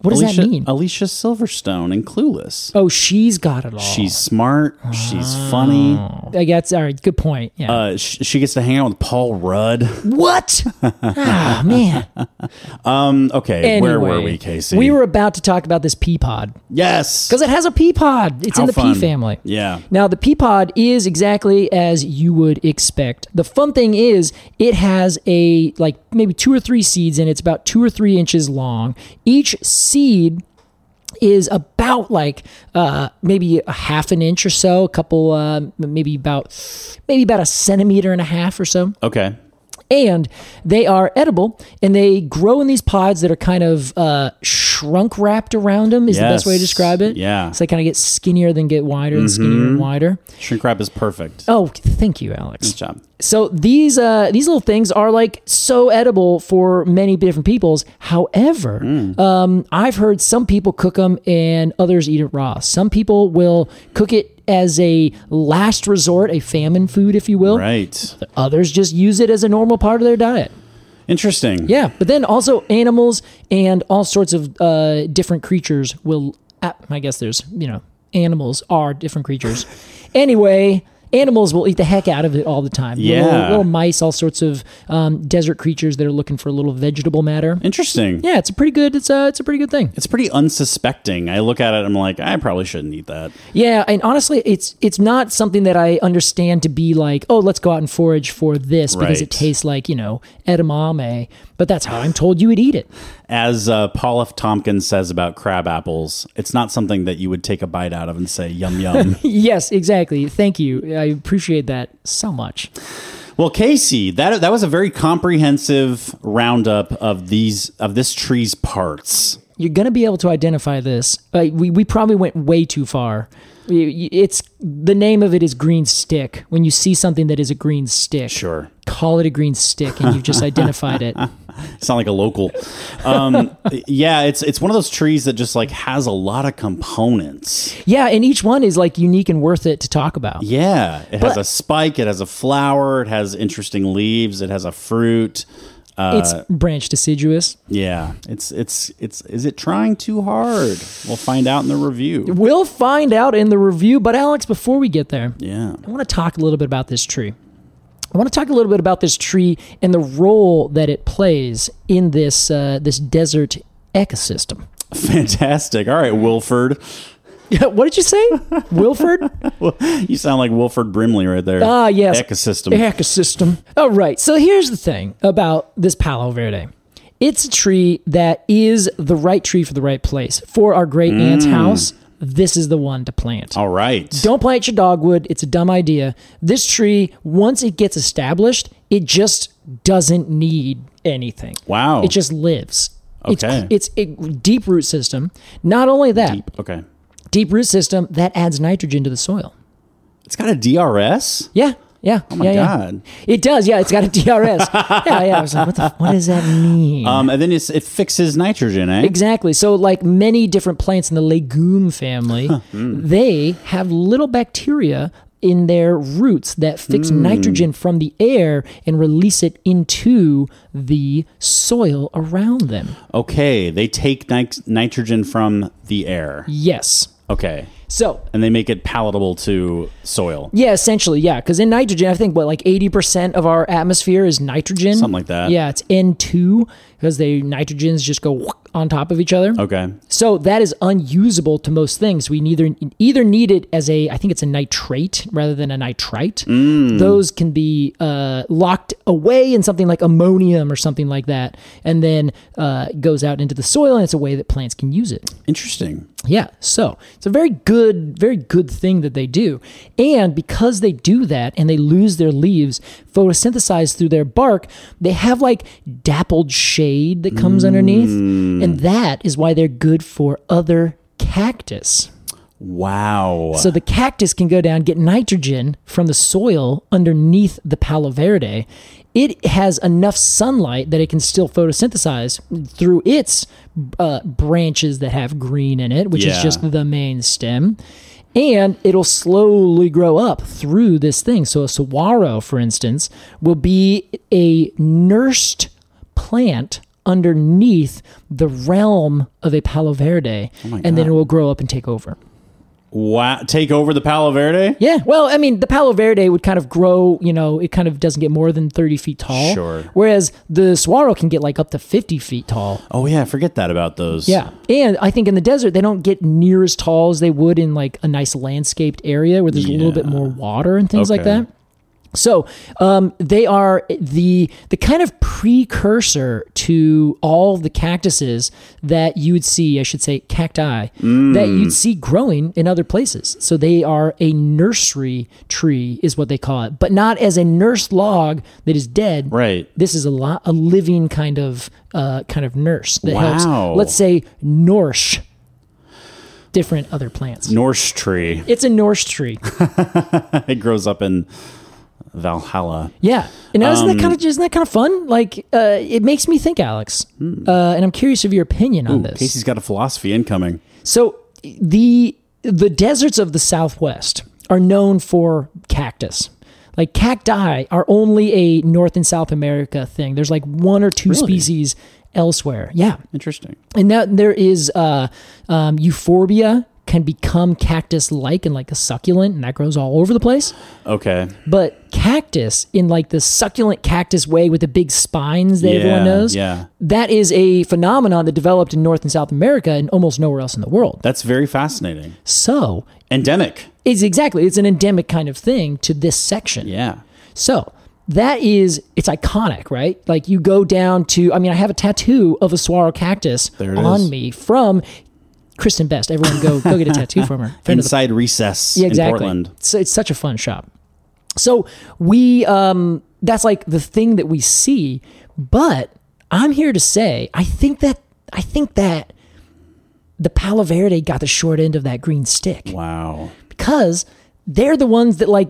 D: What does
C: Alicia,
D: that mean?
C: Alicia Silverstone and Clueless.
D: Oh, Oh. she's got it all.
C: She's smart. She's funny.
D: I guess. All right. Good point. Yeah.
C: Uh, sh- she gets to hang out with Paul Rudd.
D: what? ah, man.
C: Um, okay, where were
D: Anyway,
C: we, Casey?
D: We were about to talk about this pea pod.
C: yes.
D: Because it has a pea pod. It's
C: How
D: in the
C: fun.
D: pea family.
C: Yeah.
D: Now, the pea pod is exactly as you would expect. The fun thing is, it has a, like, maybe two or three seeds in it. It's about two or three inches long. Each seed is about like uh maybe a half an inch or so a couple uh maybe about maybe about a centimeter and a half or so
C: Okay.
D: and they are edible and they grow in these pods that are kind of uh, shrunk wrapped around them is the best way to
C: Yes.
D: describe it
C: Yeah. Mm-hmm.
D: so they kind of get skinnier then get wider and skinnier and wider
C: Shrink wrap is perfect.
D: oh thank you alex
C: Good job.
D: so these uh, these little things are like so edible for many different peoples. However,
C: Hmm.
D: um, I've heard some people cook them and others eat it raw. Some people will cook it as a last resort, a famine food, if you will.
C: Right.
D: Oh. Others just use it as a normal part of their diet.
C: Interesting.
D: Yeah, but then also animals and all sorts of uh, different creatures will. Uh, I guess there's you know animals are different creatures. anyway, animals will eat the heck out of it all the time. little,
C: Yeah.
D: little mice, all sorts of um, desert creatures that are looking for a little vegetable matter.
C: Interesting.
D: Yeah, it's a pretty good. It's a it's a pretty good thing.
C: It's pretty unsuspecting. I look at it. I'm like, I probably shouldn't eat that.
D: Yeah, and honestly, it's it's not something that I understand to be like, oh, let's go out and forage for this because
C: Right.
D: it tastes like you know edamame. But that's how I'm told you would eat it.
C: As uh, Paul F. Tompkins says about crab apples, it's not something that you would take a bite out of and say yum yum.
D: Yes, exactly. Thank you. I appreciate that so much.
C: well, Casey, that that was a very comprehensive roundup of these of this tree's parts.
D: You're going to be able to identify this. Uh, we, we probably went way too far. You- you- It's the name of it is green stick. When you see something that is a green stick,
C: Sure.
D: call it a green stick, and you've just identified it.
C: It's not like a local. Um, yeah, it's it's one of those trees that just like has a lot of components.
D: Yeah, and each one is like unique and worth it to talk about.
C: Yeah, it has
D: But-
C: a spike. It has a flower. It has interesting leaves. It has a fruit.
D: it's branch deciduous.
C: Yeah, it's it's it's. Is it trying too hard? We'll find out in the review.
D: We'll find out in the review. But Alex, before we get there,
C: Yeah.
D: I want to talk a little bit about this tree. I want to talk a little bit about this tree and the role that it plays in this uh, this desert ecosystem.
C: Fantastic. All right, Wilford.
D: Yeah, what did you say, Wilford?
C: You sound like Wilford Brimley right there.
D: Ah, yes, Eh.
C: Ecosystem.
D: ecosystem. All right. So here's the thing about this Palo Verde. It's a tree that is the right tree for the right place. For our great aunt's house, this is the one to plant.
C: All right.
D: Don't plant your dogwood. It's a dumb idea. This tree, once it gets established, it just doesn't need anything.
C: Wow.
D: It just lives.
C: Okay.
D: It's, it's a deep root system. Not only that, deep.
C: okay.
D: root system that adds nitrogen to the soil.
C: It's got a DRS.
D: Yeah. Yeah. Oh
C: my
D: yeah, yeah.
C: God.
D: It does. Yeah. It's got a DRS. yeah. Yeah. I was like, what, the, what does that mean?
C: Um, and then it's, it fixes nitrogen, eh?
D: Exactly. So, like many different plants in the legume family,
C: Hmm.
D: they have little bacteria in their roots that fix
C: Hmm.
D: nitrogen from the air and release it into the soil around them.
C: Okay, they take nit- nitrogen from the air.
D: Yes.
C: Okay.
D: So
C: and they make it palatable to soil.
D: yeah, essentially, yeah, because in nitrogen, I think what like eighty percent of our atmosphere is nitrogen,
C: Something like that.
D: Yeah, it's N two because they nitrogens just go on top of each other.
C: Okay.
D: So that is unusable to most things. We neither either need it as a I think it's a nitrate rather than a nitrite. Those can be uh, locked away in something like ammonium or something like that, and then uh, goes out into the soil, and it's a way that plants can use it.
C: Interesting.
D: Yeah, so it's a very good, very good thing that they do. And because they do that and they lose their leaves, photosynthesize through their bark, they have like dappled shade that comes underneath. And that is why they're good for other cactus.
C: Wow.
D: So the cactus can go down, get nitrogen from the soil underneath the Palo Verde. It has enough sunlight that it can still photosynthesize through its uh, branches that have green in it, which
C: Yeah.
D: is just the main stem. And it'll slowly grow up through this thing. So a saguaro, for instance, will be a nursed plant underneath the realm of a Palo Verde,
C: Oh
D: and then it will grow up and take over.
C: wow. Take over the Palo Verde?
D: Yeah. Well, I mean, the Palo Verde would kind of grow, you know, it kind of doesn't get more than 30 feet tall.
C: Sure.
D: Whereas the saguaro can get like up to 50 feet tall.
C: Oh yeah, I forget that about those.
D: Yeah. And I think in the desert, they don't get near as tall as they would in like a nice landscaped area where there's a little bit more water and things like
C: Okay.
D: that. So um, they are the the kind of precursor to all the cactuses that you would see, I should say, cacti
C: Mm.
D: that you'd see growing in other places. So they are a nursery tree, is what they call it, but not as a nurse log that is dead.
C: Right.
D: This is a lot a living kind of uh, kind of nurse that
C: Wow.
D: helps. Let's say nourish different other plants.
C: Norse tree.
D: It's a nourish tree.
C: It grows up in Valhalla.
D: Yeah, and now, isn't that kind of isn't that kind of fun? Like, uh, it makes me think, Alex, uh, and I'm curious of your opinion on this.
C: Casey's got a philosophy incoming.
D: So the the deserts of the Southwest are known for cactus. Like cacti are only a North and South America thing. There's like one or two species elsewhere. Yeah,
C: Interesting.
D: and that there is uh, um, euphorbia can become cactus like and like a succulent, and that grows all over the place.
C: Okay.
D: But cactus in like the succulent cactus way with the big spines that
C: Yeah,
D: everyone knows.
C: yeah.
D: That is a phenomenon that developed in North and South America and almost nowhere else in the world.
C: That's very fascinating.
D: So
C: Endemic.
D: it's exactly it's an endemic kind of thing to this section.
C: Yeah.
D: So that is it's iconic, right? Like you go down to I mean, I have a tattoo of a saguaro cactus
C: There it
D: on
C: is.
D: me from Kristen Best. Everyone go go get a tattoo from her. Friend of the
C: Inside recess in Portland.
D: so it's such a fun shop. So we um that's like the thing that we see, but I'm here to say I think that I think that the Palo Verde got the short end of that green stick
C: Wow.
D: because they're the ones that like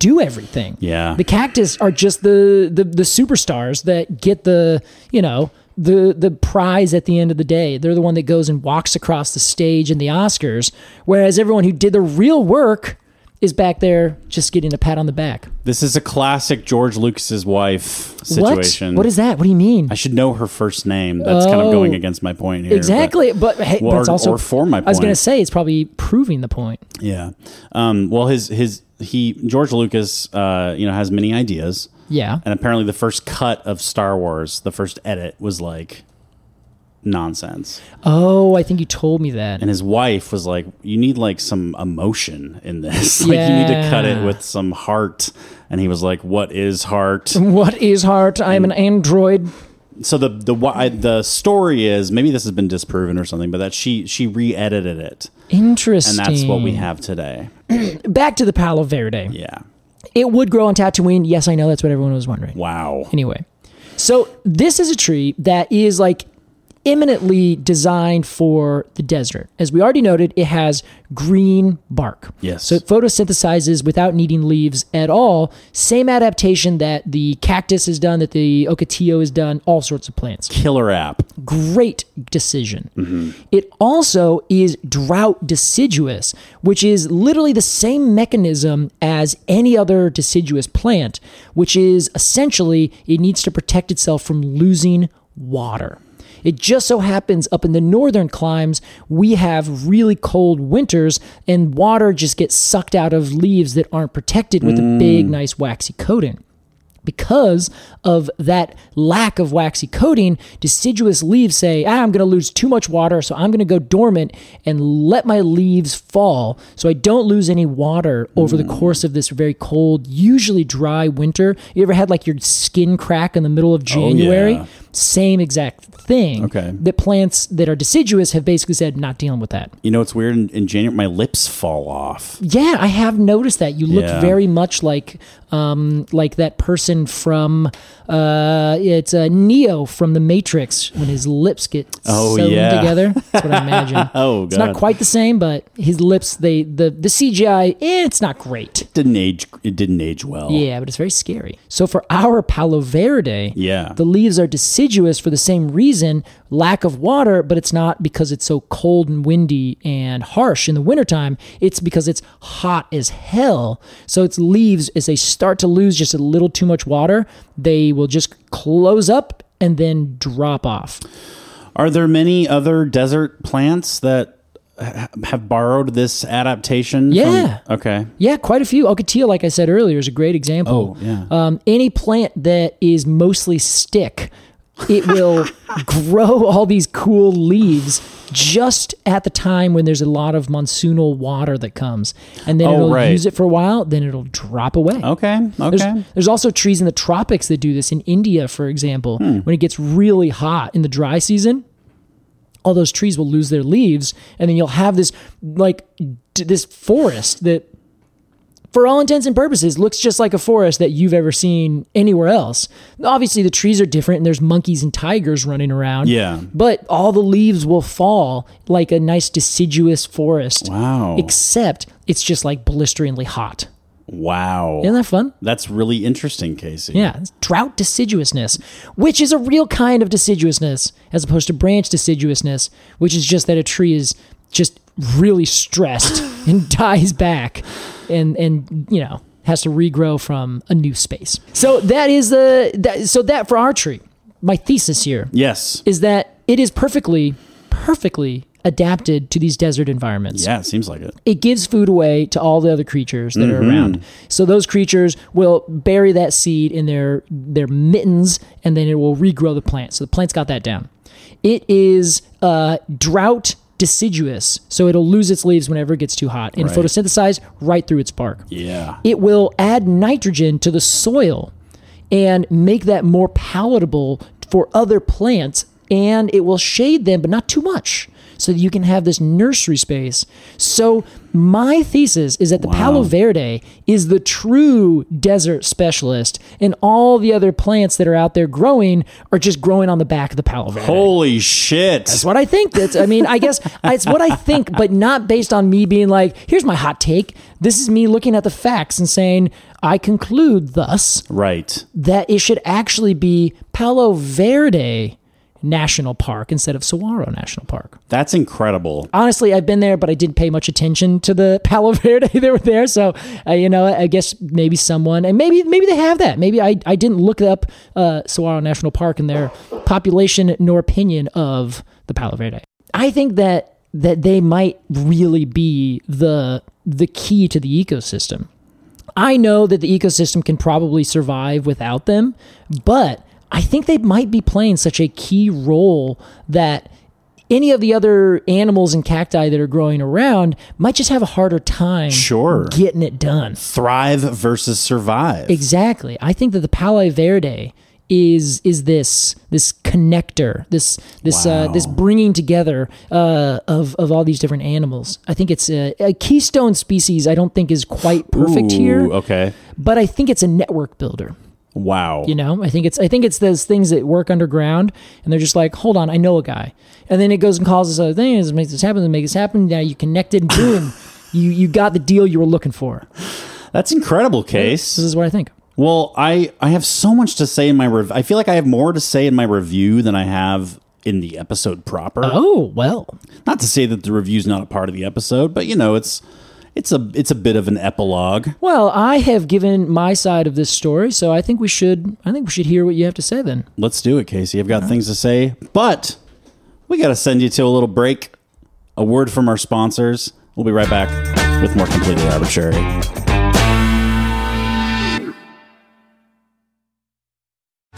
D: do everything.
C: Yeah.
D: The cactus are just the the, the superstars that get the you know the the prize at the end of the day. They're the one that goes and walks across the stage in the Oscars, whereas everyone who did the real work is back there just getting a pat on the back.
C: This is a classic George Lucas's wife situation.
D: What? What is that? What do you mean?
C: I should know her first name. That's kind of
D: Oh.
C: going against my point here. but-
D: Exactly, but, hey,
C: Well,
D: but it's
C: or-
D: also
C: or for my
D: I was going
C: point.
D: to say it's probably proving the point.
C: Yeah. Um, well, his his he George Lucas, uh, you know, has many ideas,
D: Yeah,
C: and apparently the first cut of Star Wars, the first edit was like nonsense,
D: Oh, I think you told me that.
C: and his wife was like, "You need like some emotion in this. like you need to cut it
D: Yeah.
C: with some heart." And he was like, "What is heart?"
D: What is heart? I'm an android.
C: so the the why the story is maybe this has been disproven or something, but that she she re-edited it, and
D: Interesting.
C: that's what we have today.
D: Back to the Palo Verde.
C: Yeah.
D: It would grow on Tatooine. Yes, I know that's what everyone was wondering.
C: Wow.
D: Anyway, so this is a tree that is like eminently designed for the desert. As we already noted, it has green bark.
C: Yes.
D: So it photosynthesizes without needing leaves at all. Same adaptation that the cactus has done, that the ocotillo has done, all sorts of plants
C: Killer app.
D: great decision. It also is drought deciduous, which is literally the same mechanism as any other deciduous plant, which is essentially it needs to protect itself from losing water. It just so happens up in the northern climes, we have really cold winters and water just gets sucked out of leaves that aren't protected with a big, nice, waxy coating. Because of that lack of waxy coating, deciduous leaves say, ah, I'm going to lose too much water, so I'm going to go dormant and let my leaves fall so I don't lose any water over
C: Mm.
D: the course of this very cold, usually dry winter. You ever had like your skin crack in the middle of January?
C: Oh, yeah.
D: Same exact thing.
C: Okay.
D: That plants that are deciduous have basically said, not dealing with that.
C: You know, it's weird. In, in January, my lips fall off.
D: Yeah, I have noticed that. You look
C: Yeah.
D: very much like um, like that person from uh, it's uh, Neo from The Matrix when his lips get
C: Oh,
D: sewn
C: yeah.
D: together. That's what I imagine.
C: Oh,
D: it's not
C: God.
D: quite the same, but his lips they the the CGI eh, it's not great.
C: Didn't age. It didn't age well.
D: Yeah, but it's very scary. So for our Palo Verde,
C: Yeah.
D: the leaves are deciduous for the same reason, lack of water, but it's not because it's so cold and windy and harsh in the wintertime. It's because it's hot as hell. So its leaves, as they start to lose just a little too much water, they will just close up and then drop off.
C: Are there many other desert plants that ha- have borrowed this adaptation? from-
D: Yeah.
C: okay.
D: Yeah, quite a few. Ocotillo, like I said earlier, is a great example.
C: Oh, yeah.
D: Um, any plant that is mostly stick, it will grow all these cool leaves just at the time when there's a lot of monsoonal water that comes. And then
C: Oh,
D: it'll
C: right.
D: use it for a while, then it'll drop away.
C: Okay. Okay.
D: Uh, There's, there's also trees in the tropics that do this. In India, for example,
C: Hmm.
D: when it gets really hot in the dry season, all those trees will lose their leaves, and then you'll have this like d- this forest that, for all intents and purposes, looks just like a forest that you've ever seen anywhere else. Obviously, the trees are different, and there's monkeys and tigers running around.
C: Yeah.
D: but all the leaves will fall like a nice deciduous forest.
C: Wow.
D: Except it's just like blisteringly hot.
C: wow.
D: Isn't that fun?
C: That's really interesting, Casey.
D: Yeah, it's drought deciduousness, which is a real kind of deciduousness as opposed to branch deciduousness, which is just that a tree is just really stressed and dies back and and you know, has to regrow from a new space. So that is the that so that for our tree. My thesis here
C: Yes.
D: is that it is perfectly perfectly adapted to these desert environments
C: Yeah. It seems like it.
D: it gives food away to all the other creatures that are around. So those creatures will bury that seed in their their mittens, and then it will regrow the plant. So the plant's got that down. It is uh, drought deciduous, so it'll lose its leaves whenever it gets too hot and
C: Right.
D: photosynthesize right through its bark
C: Yeah.
D: it will add nitrogen to the soil and make that more palatable for other plants and it will shade them but not too much so that you can have this nursery space so my thesis is that the palo verde is the true desert specialist and all the other plants that are out there growing are just growing on the back of the palo verde
C: Holy shit.
D: that's what I think. That's I mean, I guess it's what I think, but not based on me being like, here's my hot take. This is me looking at the facts and saying, I conclude thus
C: right.
D: that it should actually be Palo Verde National Park instead of Saguaro National Park.
C: That's incredible.
D: Honestly, I've been there, but I didn't pay much attention to the Palo Verde that were there. So, uh, you know, I guess maybe someone, and maybe maybe they have that. Maybe I, I didn't look up uh, Saguaro National Park and their population nor opinion of the Palo Verde. I think that that they might really be the the key to the ecosystem. I know that the ecosystem can probably survive without them, but I think they might be playing such a key role that any of the other animals and cacti that are growing around might just have a harder time
C: Sure.
D: getting it done.
C: Thrive versus survive.
D: Exactly. I think that the Palo Verde is is this this connector, this this uh,
C: Wow.
D: this bringing together uh, of of all these different animals. I think it's a, a keystone species. I don't think is quite perfect
C: Ooh,
D: here,
C: Okay.
D: but I think it's a network builder.
C: Wow.
D: You know, I think it's I think it's those things that work underground, and they're just like, hold on, I know a guy, and then it goes and calls this other thing, and it makes this happen, and makes this happen. Now you connected, and boom, you you got the deal you were looking for.
C: That's incredible,
D: This
C: Case.
D: is what I think.
C: Well, I I have so much to say in my rev. I feel like I have more to say in my review than I have in the episode proper.
D: Oh well,
C: Not to say that the review's not a part of the episode, but you know, it's It's a it's a bit of an epilogue.
D: Well, I have given my side of this story, so I think we should. I think we should hear what you have to say then.
C: Let's do it, Casey. I've got things to say, but we got to send you to a little break. A word from our sponsors. We'll be right back with more completely arbitrary.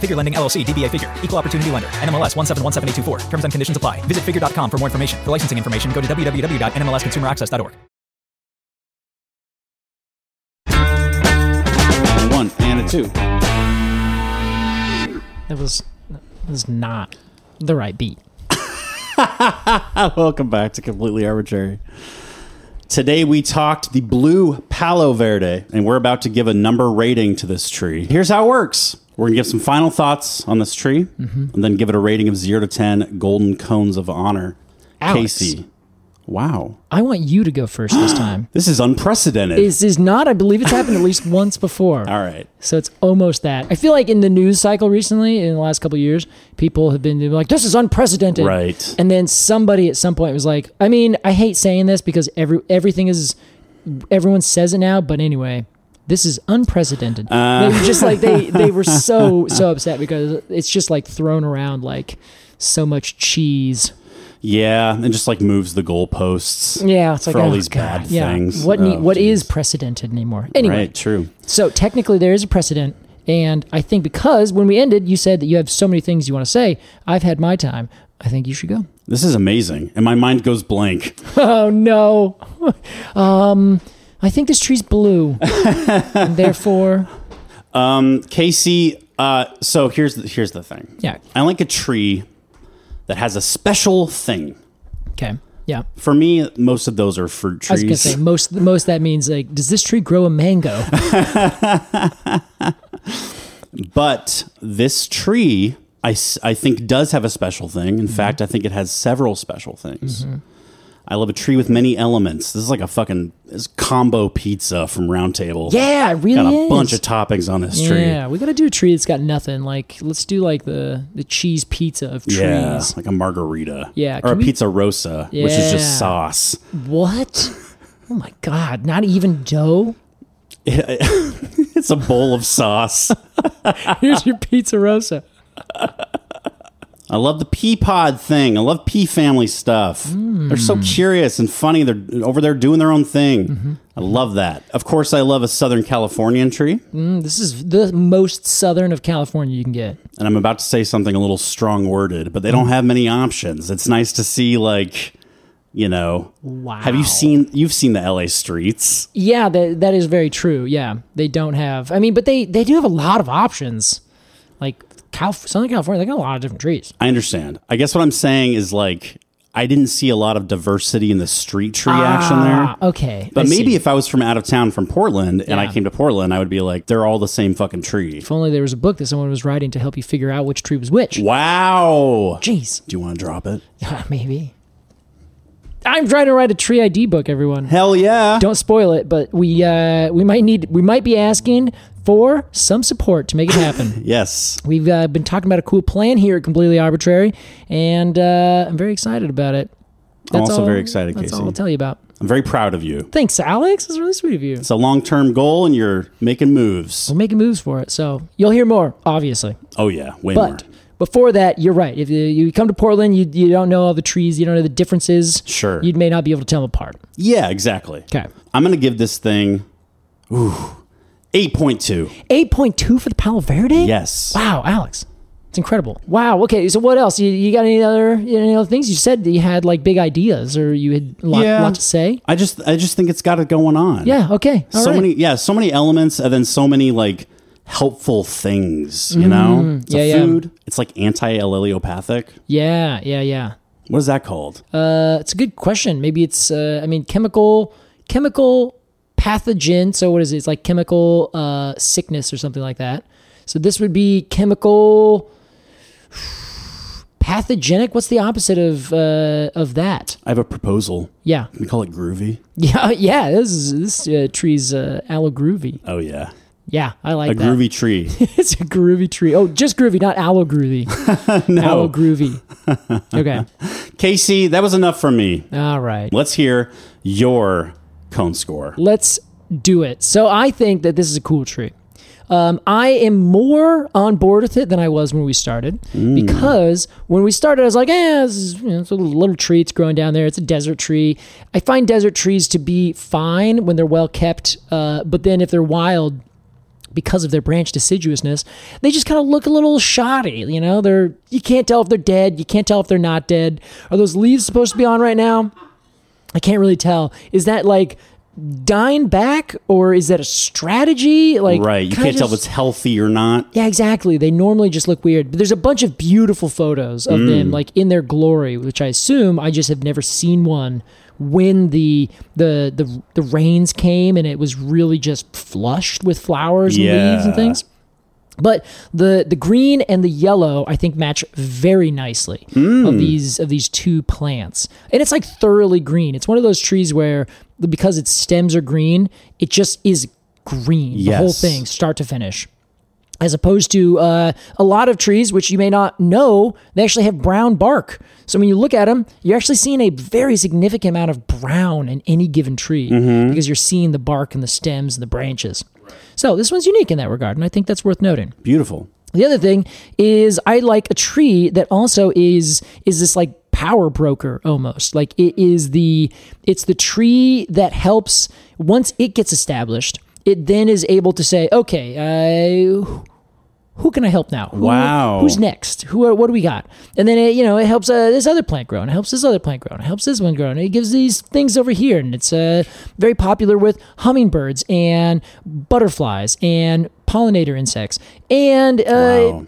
E: Figure Lending LLC, DBA Figure, Equal Opportunity Lender, NMLS 1717824. Terms and conditions apply. Visit figure.com for more information. For licensing information, go to www.nmlsconsumeraccess.org.
C: A one and a two.
D: That was that was not the right beat.
C: Welcome back to Completely Arbitrary. Today we talked the blue Palo Verde, and we're about to give a number rating to this tree. Here's how it works. We're gonna give some final thoughts on this tree,
D: Mm-hmm.
C: and then give it a rating of zero to ten golden cones of honor.
D: Alex.
C: Casey, wow,
D: I want you to go first this time.
C: this is unprecedented.
D: This is not. I believe it's happened at least once before.
C: All right,
D: So it's almost that. I feel like in the news cycle recently, in the last couple of years, people have been like, "This is unprecedented."
C: Right.
D: And then somebody at some point was like, "I mean, I hate saying this because every everything is, everyone says it now, but anyway." This is unprecedented.
C: Uh.
D: They were just like they, they were so so upset because it's just like thrown around like so much cheese.
C: yeah, and just like moves the goalposts.
D: Yeah, it's
C: for
D: like
C: all
D: oh,
C: these
D: God,
C: bad
D: yeah.
C: things.
D: What ne-
C: Oh,
D: what
C: geez.
D: is precedented anymore? Anyway,
C: Right, true.
D: So technically, there is a precedent. And I think because when we ended, you said that you have so many things you want to say. I've had my time. I think you should go.
C: This is amazing, and my mind goes blank.
D: Oh, no. um, I think this tree's blue. and therefore,
C: Casey, uh, so here's the, here's the thing.
D: yeah.
C: I like a tree that has a special thing.
D: Okay. Yeah.
C: For me, most of those are fruit
D: I was going to
C: trees.
D: say, most, most that means like, does this tree grow a mango?
C: but this tree, I, s- I think, does have a special thing.
D: Mm-hmm.
C: In fact, I think it has several special things. I love a tree with many elements. This is like a fucking this combo pizza from Round Table.
D: yeah, it really
C: Got a
D: is.
C: bunch of toppings on this tree.
D: Yeah, we got to do a tree that's got nothing. Like, let's do like the, the cheese pizza of trees.
C: Yeah, like a margarita.
D: Yeah,
C: Or a
D: can we-
C: pizza rosa, which is just
D: Yeah.
C: sauce.
D: What? Oh my God. Not even dough?
C: It's a bowl of sauce.
D: Here's your pizza rosa.
C: I love the pea pod thing. I love pea family stuff. They're
D: Hmm.
C: so curious and funny. They're over there doing their own thing.
D: Mm-hmm.
C: I love that. Of course, I love a Southern Californian tree.
D: This is the most southern of California you can get.
C: And I'm about to say something a little strong worded, but they
D: Mm.
C: don't have many options. It's nice to see, like, you know,
D: Wow.
C: have you seen, you've seen the LA streets.
D: Yeah, that that is very true. Yeah, they don't have. I mean, but they they do have a lot of options. Like Cal, Southern California, they got a lot of different trees.
C: I understand. I guess what I'm saying is, like, I didn't see a lot of diversity in the street tree action there.
D: Ah, okay.
C: But
D: I
C: maybe
D: see.
C: if I was from out of town from Portland and I
D: Yeah.
C: came to Portland, I would be like, they're all the same fucking tree.
D: if only there was a book that someone was writing to help you figure out which tree was which.
C: Wow.
D: Jeez,
C: Do you want to drop it?
D: maybe. I'm trying to write a tree ID book, everyone.
C: Hell yeah.
D: Don't spoil it, but we uh, we might need we might be asking for some support to make it happen.
C: Yes.
D: We've uh, been talking about a cool plan here at Completely Arbitrary, and uh, I'm very excited about it.
C: I'm also very excited,
D: That's
C: Casey.
D: all I'll tell you about.
C: I'm very proud of you.
D: Thanks, Alex. It's really sweet of you.
C: It's a long term goal and you're making moves.
D: We're making moves for it, so you'll hear more, obviously.
C: Oh, yeah. Way more.
D: But before that, you're right. If you, you come to Portland, you, you don't know all the trees, you don't know the differences.
C: Sure.
D: You may not be able to tell them apart.
C: Yeah, exactly.
D: Okay.
C: I'm going to give this thing, ooh, 8.2.
D: 8.2 for the Palo Verde?
C: Yes.
D: Wow, Alex. It's incredible. Wow. Okay. So what else? You, you got any other any other things? You said that you had like big ideas or you had a lot,
C: Yeah.
D: lot to say.
C: I just, I just think it's got it going on.
D: Yeah. Okay. All
C: so
D: right.
C: many, yeah, so many elements and then so many like helpful things, you know? It's
D: Mm, yeah,
C: a
D: yeah.
C: food. It's like anti allelopathic.
D: Yeah, yeah, yeah.
C: What is that called?
D: Uh, it's a good question. Maybe it's uh, I mean chemical chemical pathogen. So what is it? It's like chemical uh, sickness or something like that. So this would be chemical. Pathogenic. What's the opposite of uh, of that?
C: I have a proposal.
D: Yeah.
C: We call it groovy.
D: Yeah, yeah. This is this uh, tree's uh, aloe groovy.
C: Oh yeah.
D: Yeah, I like
C: a
D: that.
C: groovy tree.
D: it's a groovy tree. Oh, just groovy, not aloe groovy. Aloe groovy. Okay.
C: Casey, that was enough for me.
D: All right.
C: Let's hear your cone score.
D: Let's do it. So I think that this is a cool tree. Um, I am more on board with it than I was when we started because when we started, I was like, "Eh, this is, you know, it's a little tree. It's growing down there. It's a desert tree." I find desert trees to be fine when they're well kept, uh, but then if they're wild, because of their branch deciduousness, they just kind of look a little shoddy. You know, they're you can't tell if they're dead. You can't tell if they're not dead. Are those leaves supposed to be on right now? I can't really tell. Is that like dine back or is that a strategy? Like
C: right. You
D: kinda
C: can't tell if
D: just-
C: it's healthy or not.
D: yeah, exactly. They normally just look weird. But there's a bunch of beautiful photos of them, like in their glory, which I assume I just have never seen one when the the the, the rains came and it was really just flushed with flowers and leaves
C: Yeah.
D: and things. But the the green and the yellow I think match very nicely of these of these two plants. And it's like thoroughly green. It's one of those trees where because its stems are green, it just is green the whole
C: Yes.
D: thing start to finish. As opposed to uh, a lot of trees, which you may not know, they actually have brown bark. So when you look at them, you're actually seeing a very significant amount of brown in any given tree because you're seeing the bark and the stems and the branches. So this one's unique in that regard, and I think that's worth noting.
C: Beautiful.
D: The other thing is I like a tree that also is is this like power broker almost. Like it is the it's the tree that helps once it gets established, it then is able to say, okay, uh, who can I help now? Who-
C: Wow.
D: Who's next? Who? What do we got? And then it, you know, it helps uh, this other plant grow, and it helps this other plant grow, and it helps this one grow, and it gives these things over here, and it's uh, very popular with hummingbirds and butterflies and pollinator insects, and uh,
C: Wow.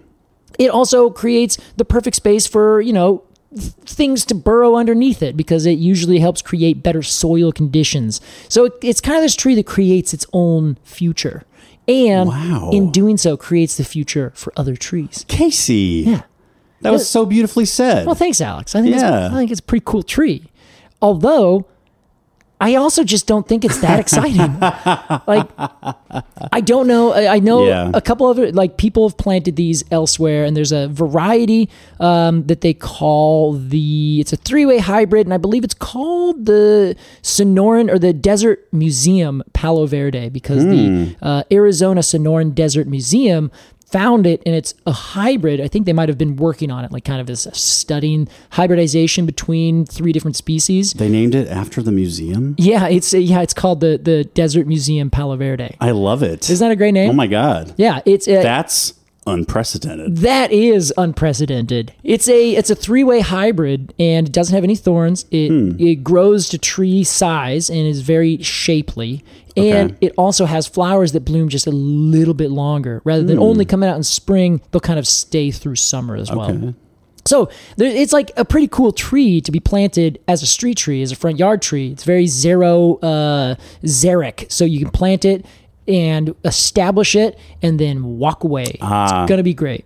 D: it also creates the perfect space for you know th- things to burrow underneath it because it usually helps create better soil conditions so it, it's kind of this tree that creates its own future and
C: Wow.
D: in doing so creates the future for other trees
C: Casey.
D: yeah
C: That was so beautifully said.
D: well thanks alex i think,
C: Yeah.
D: it's, I think it's a pretty cool tree although i also just don't think it's that exciting like I don't know. I, I know
C: Yeah.
D: a couple other like people have planted these elsewhere, and there's a variety um, that they call the. It's a three-way hybrid, and I believe it's called the Sonoran or the Desert Museum Palo Verde because
C: Hmm.
D: the uh, Arizona Sonoran Desert Museum found it and it's a hybrid i think they might have been working on it like kind of this studying hybridization between three different species
C: they named it after the museum.
D: yeah it's yeah it's called the the desert museum palo verde
C: I love it.
D: isn't that a great name
C: Oh my god.
D: yeah it's uh,
C: That's unprecedented.
D: That is unprecedented. It's a it's a three way hybrid and it doesn't have any thorns. It it grows to tree size and is very shapely. And it also has flowers that bloom just a little bit longer, rather than only coming out in spring. They'll kind of stay through summer as well. So there, it's like a pretty cool tree to be planted as a street tree, as a front yard tree. It's very zero uh, xeric, so you can plant it and establish it, and then walk away. It's gonna be great.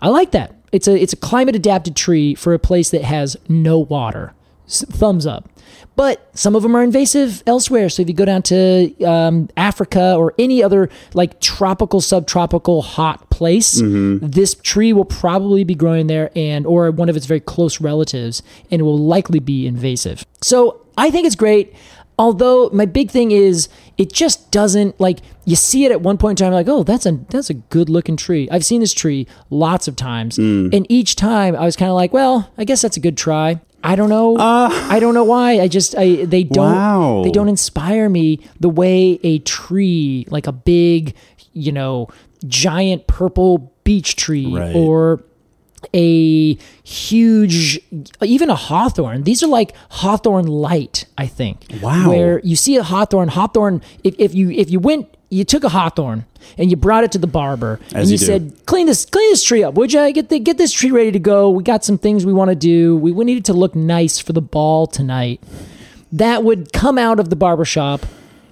D: I like that. It's a it's a climate adapted tree for a place that has no water. S- Thumbs up. But some of them are invasive elsewhere. So if you go down to um, Africa or any other like tropical, subtropical, hot place, this tree will probably be growing there and or one of its very close relatives, and it will likely be invasive. So I think it's great. Although my big thing is it just doesn't like you see it at one point in time like oh that's a that's a good looking tree. I've seen this tree lots of times
C: Hmm.
D: and each time I was kind of like well I guess that's a good try. I don't know. I don't know why. I just I they don't
C: Ah. Wow.
D: they don't inspire me the way a tree like a big you know giant purple beech tree
C: Right.
D: or a huge even a hawthorn these are like hawthorn light i think
C: Wow.
D: where you see a hawthorn hawthorn if, if you if you went you took a hawthorn and you brought it to the barber and
C: you
D: you,
C: do.
D: said clean this clean this tree up would you get the, get this tree ready to go we got some things we want to do we, we need it to look nice for the ball tonight that would come out of the barber shop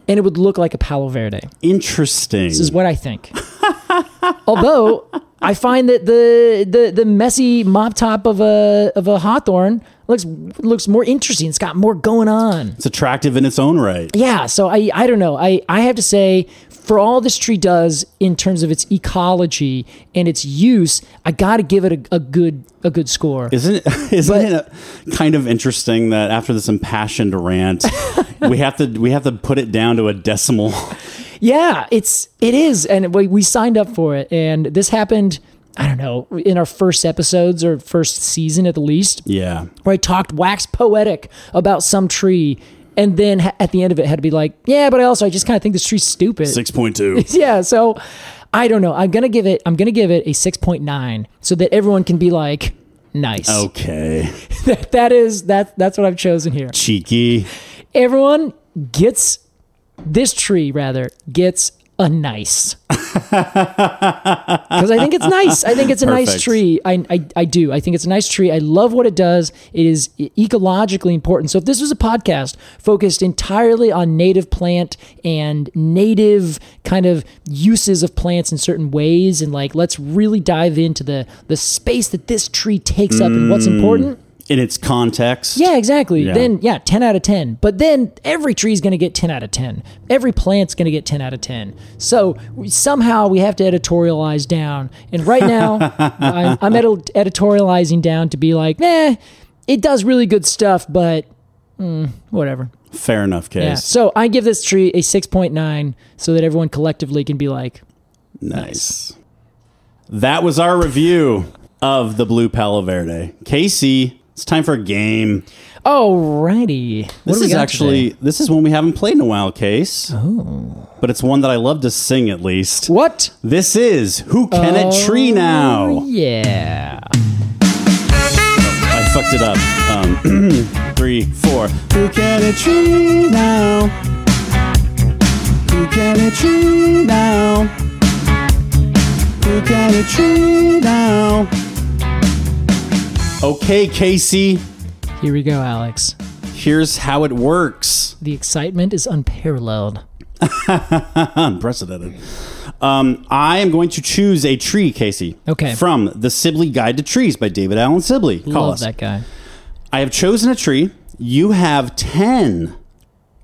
D: and it would look like a palo verde
C: Interesting.
D: this is what I think. Although I find that the the the messy mop top of a of a Hawthorne looks looks more interesting. It's got more going on.
C: It's attractive in its own right.
D: Yeah, so I I don't know. I I have to say for all this tree does in terms of its ecology and its use, I got to give it a, a good a good score.
C: Isn't it, isn't it kind of interesting that after this impassioned rant, we have to we have to put it down to a decimal?
D: Yeah, it's it is, and we, we signed up for it, and this happened. I don't know in our first episodes or first season at the least.
C: Yeah.
D: where I talked wax poetic about some tree, and then ha- at the end of it had to be like, yeah, but also I just kind of think this tree's stupid.
C: 6.2.
D: yeah, so I don't know. I'm gonna give it. I'm gonna give it a six point nine, so that everyone can be like, nice.
C: Okay.
D: that, that is that. That's what I've chosen here.
C: Cheeky.
D: Everyone gets this tree rather gets a nice because I think it's nice. I think it's a nice
C: Perfect.
D: tree. I, I I do. I think it's a nice tree. I love what it does. It is e, ecologically important. So if this was a podcast focused entirely on native plant and native kind of uses of plants in certain ways, and like let's really dive into the the space that this tree takes up and what's important.
C: In its context.
D: Yeah, exactly.
C: Yeah.
D: Then yeah, 10 out of 10. But then every tree is going to get 10 out of 10. Every plant's going to get 10 out of 10. So we, somehow we have to editorialize down. And right now I'm, I'm edit- editorializing down to be like, "Nah, it does really good stuff, but mm, whatever."
C: Fair enough, case.
D: Yeah. So I give this tree a 6.9 so that everyone collectively can be like,
C: Nice. That was our review of the Blue Palo Verde. Casey, it's time for a game.
D: "Alrighty." What
C: This
D: do we
C: is
D: got
C: actually
D: today?
C: this is one we haven't played in a while, Case. Oh. But it's one that I love to sing at least.
D: What?
C: This is Who Can It Tree
D: Oh,
C: Now?
D: Yeah.
C: I fucked it up. Um, three, four. Who can it tree now? Who can it tree now? Who can it tree now? Okay, Casey,
D: Here we go, Alex.
C: here's how it works.
D: The excitement is unparalleled.
C: Unprecedented. Um, I am going to choose a tree, Casey.
D: Okay.
C: From The Sibley Guide to Trees by David Allen Sibley. Call
D: Love
C: us.
D: that guy.
C: I have chosen a tree. You have 10
D: Ten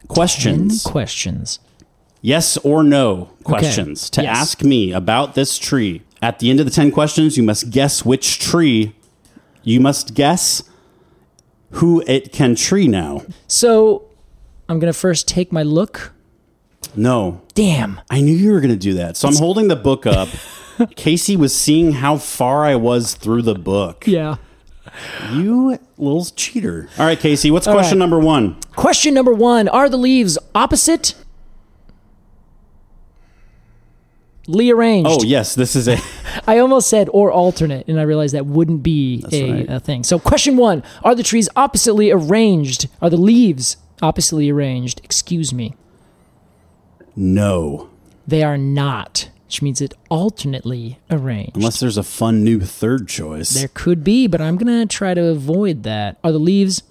C: questions.
D: questions.
C: yes or no questions to
D: Yes.
C: ask me about this tree. At the end of the 10 questions, you must guess which tree. You must guess who it can tree now.
D: So I'm gonna first take my look.
C: No,
D: Damn.
C: I knew you were going to do that. So I'm holding the book up. Casey was seeing how far I was through the book.
D: Yeah.
C: You little cheater. All right, Casey, what's
D: All
C: question
D: right.
C: number one?
D: Question number one: Are the leaves opposite? Lee arranged.
C: Oh, yes, this is a.
D: I almost said or alternate, and I realized that wouldn't be a,
C: right.
D: a thing. So, question one: Are the trees oppositely arranged? Are the leaves oppositely arranged? Excuse me.
C: No.
D: They are not, which means it alternately arranged.
C: Unless there's a fun new third choice.
D: There could be, but I'm gonna try to avoid that. Are the leaves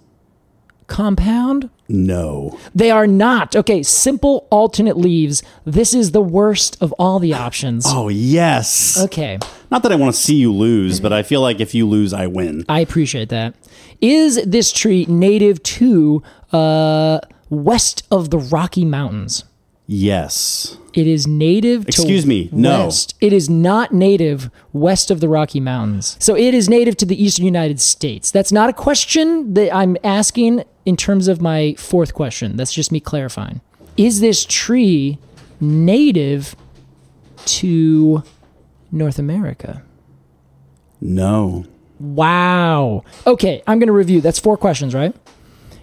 D: compound?
C: No.
D: They are not. Okay, simple alternate leaves. This is the worst of all the options.
C: Oh, yes.
D: Okay,
C: Not that I want to see you lose,
D: Mm-hmm.
C: but I feel like if you lose, I win.
D: I appreciate that. Is this tree native to uh, west of the Rocky Mountains?
C: Yes.
D: It is native
C: Excuse
D: to
C: me, no.
D: west. It is not native west of the Rocky Mountains. So it is native to the eastern United States. That's not a question that I'm asking in terms of my fourth question. That's just me clarifying. Is this tree native to North America?
C: No.
D: Wow. Okay, I'm going to review. That's four questions, right?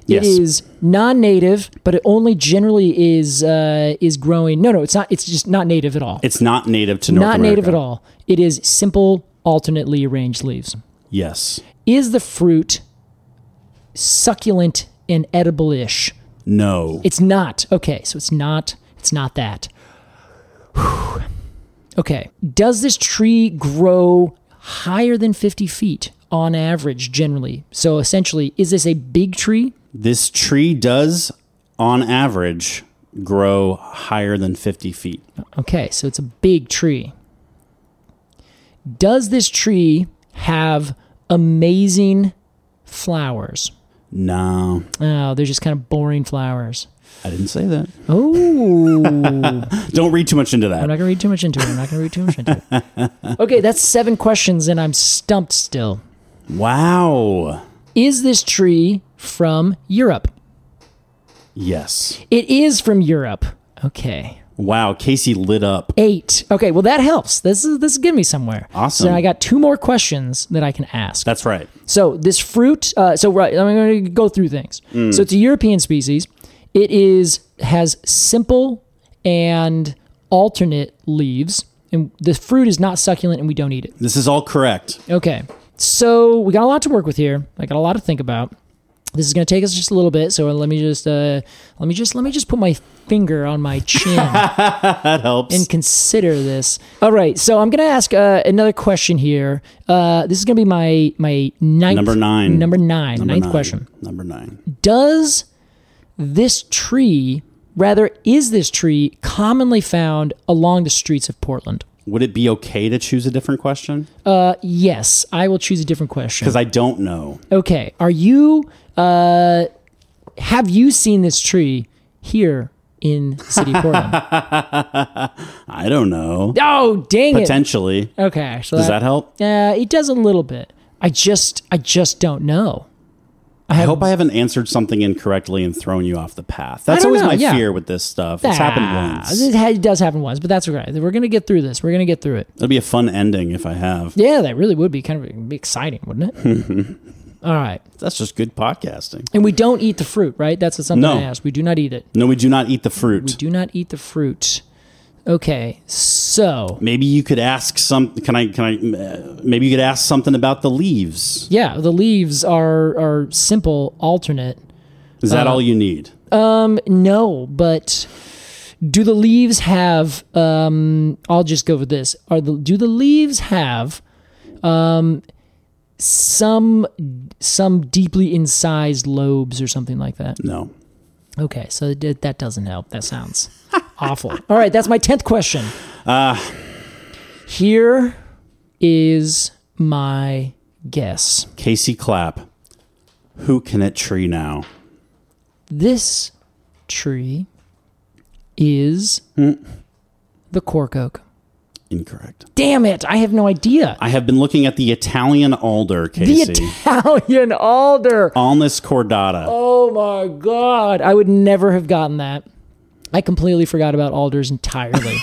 C: Yes.
D: It is non-native, but it only generally is uh, is growing. No, no, it's not. It's just not native at all.
C: It's not native to North
D: not
C: America.
D: native at all. It is simple, alternately arranged leaves.
C: Yes.
D: Is the fruit succulent and edible-ish?
C: No.
D: It's not. Okay, so it's not. It's not that. Whew. Okay. Does this tree grow higher than 50 feet on average, generally? So essentially, is this a big tree?
C: this tree does, on average, grow higher than 50 feet.
D: Okay, so it's a big tree. Does this tree have amazing flowers?
C: No,
D: Oh, they're just kind of boring flowers.
C: I didn't say that.
D: Oh, I'm
C: Don't read too much into that.
D: not gonna read too much into it. I'm not gonna read too much into it. Okay, that's seven questions, and I'm stumped still.
C: Wow.
D: Is this tree from Europe?
C: Yes.
D: It is from Europe. Okay.
C: Wow. Casey lit up.
D: Eight. Okay, well that helps. This is this is getting me somewhere.
C: Awesome.
D: So now I got two more questions that I can ask.
C: That's right.
D: So this fruit, uh, so right, I'm going to go through things. So it's a European species. It is has simple and alternate leaves, and the fruit is not succulent, and we don't eat it.
C: This is all correct.
D: Okay, so we got a lot to work with here. I got a lot to think about. This is going to take us just a little bit. So let me just, uh, let me just, let me just put my finger on my chin.
C: That helps.
D: and consider this. All right, so I'm gonna ask uh, another question here. Uh, this is gonna be my my ninth,
C: Number nine.
D: number nine,
C: Number
D: ninth
C: nine.
D: question.
C: Number nine.
D: Does this tree, rather, is this tree commonly found along the streets of Portland?
C: Would it be okay to choose a different question?
D: Uh, yes, I will choose a different question.
C: Because I don't know.
D: okay, are you? Uh, have you seen this tree here in City Portland?
C: I don't know.
D: Oh, dang it!
C: Potentially.
D: Okay, so
C: Does that help?
D: Uh, it does a little bit. I just, I just don't know.
C: I hope I haven't answered something incorrectly and thrown you off the path. That's
D: don't
C: always
D: know,
C: my
D: yeah.
C: fear with this stuff. It's happened
D: Ah,
C: once.
D: It, ha- it does happen once, but that's all right. We're gonna get through this. We're gonna get through it.
C: It'll be a fun ending if I have.
D: Yeah, that really would be kind of be exciting, wouldn't it? all right.
C: That's just good podcasting.
D: And we don't eat the fruit, right? That's something
C: No.
D: I asked. We do not eat it.
C: No, we do not eat the
D: We
C: fruit.
D: do not eat the fruit. Okay, so
C: Maybe you could ask some. Can I? Can I? uh, Maybe you could ask something about the leaves.
D: yeah, the leaves are are simple, alternate.
C: Is
D: Uh-huh.
C: that all you need?
D: No, but do the leaves have? Um, I'll just go with this. Are the do the leaves have um, some some deeply incised lobes or something like that?
C: No.
D: Okay, so that that doesn't help. That sounds awful. All right, that's my tenth question. Here is my guess.
C: Casey Clapp. Who can it tree now?
D: This tree is
C: Hmm.
D: the cork oak.
C: Incorrect.
D: Damn it! I have no idea.
C: I have been looking at the Italian alder,
D: The
C: Casey.
D: Italian alder.
C: Alnus cordata.
D: Oh my god. I would never have gotten that. I completely forgot about alders entirely.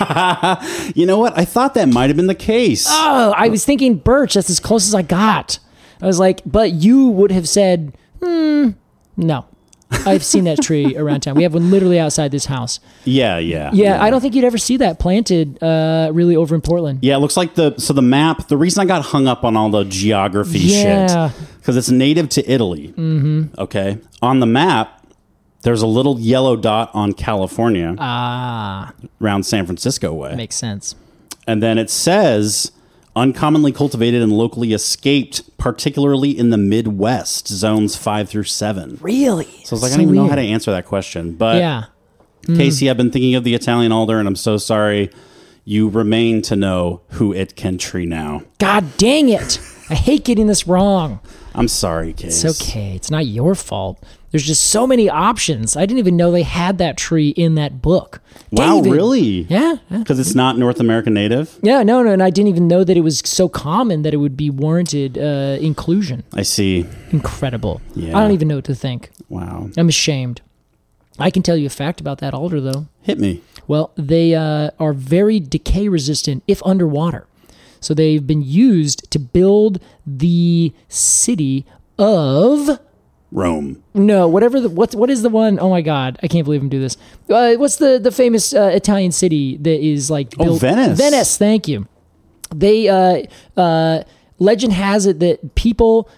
C: You know what? I thought that might have been the case.
D: oh, I was thinking birch. That's as close as I got. I was like, but you would have said, hmm, no. I've seen that tree around town. We have one literally outside this house.
C: yeah, yeah,
D: Yeah, I don't think you'd ever see that planted uh, really over in Portland.
C: Yeah, it looks like the so the map. The reason I got hung up on all the geography
D: Yeah.
C: shit because it's native to Italy. Mm-hmm. Okay, on the map, there's a little yellow dot on California
D: Ah,
C: around San Francisco way,
D: makes sense.
C: and then it says uncommonly cultivated and locally escaped, particularly in the Midwest zones five through seven.
D: Really?
C: So I was like, I don't even know how to answer that question, but
D: Yeah. Mm.
C: Casey, I've been thinking of the Italian alder, and I'm so sorry. You remain to know who it can tree now.
D: God dang it. I hate getting this wrong.
C: I'm sorry, Casey.
D: It's okay. It's not your fault. There's just so many options. I didn't even know they had that tree in that book.
C: Wow,
D: David.
C: really?
D: Yeah. yeah.
C: Because it's not North American native.
D: Yeah, no, no, and I didn't even know that it was so common that it would be warranted uh, inclusion.
C: I see.
D: Incredible.
C: Yeah.
D: I don't even know what to think.
C: Wow.
D: I'm ashamed. I can tell you a fact about that alder, though.
C: Hit me.
D: Well, they uh, are very decay resistant if underwater. So they've been used to build the city of
C: Rome.
D: No, whatever the what what is the one oh my god, I can't believe I'm doing this. Uh, what's the the famous uh, Italian city that is like
C: Oh, Venice.
D: Venice, thank you. They uh uh legend has it that people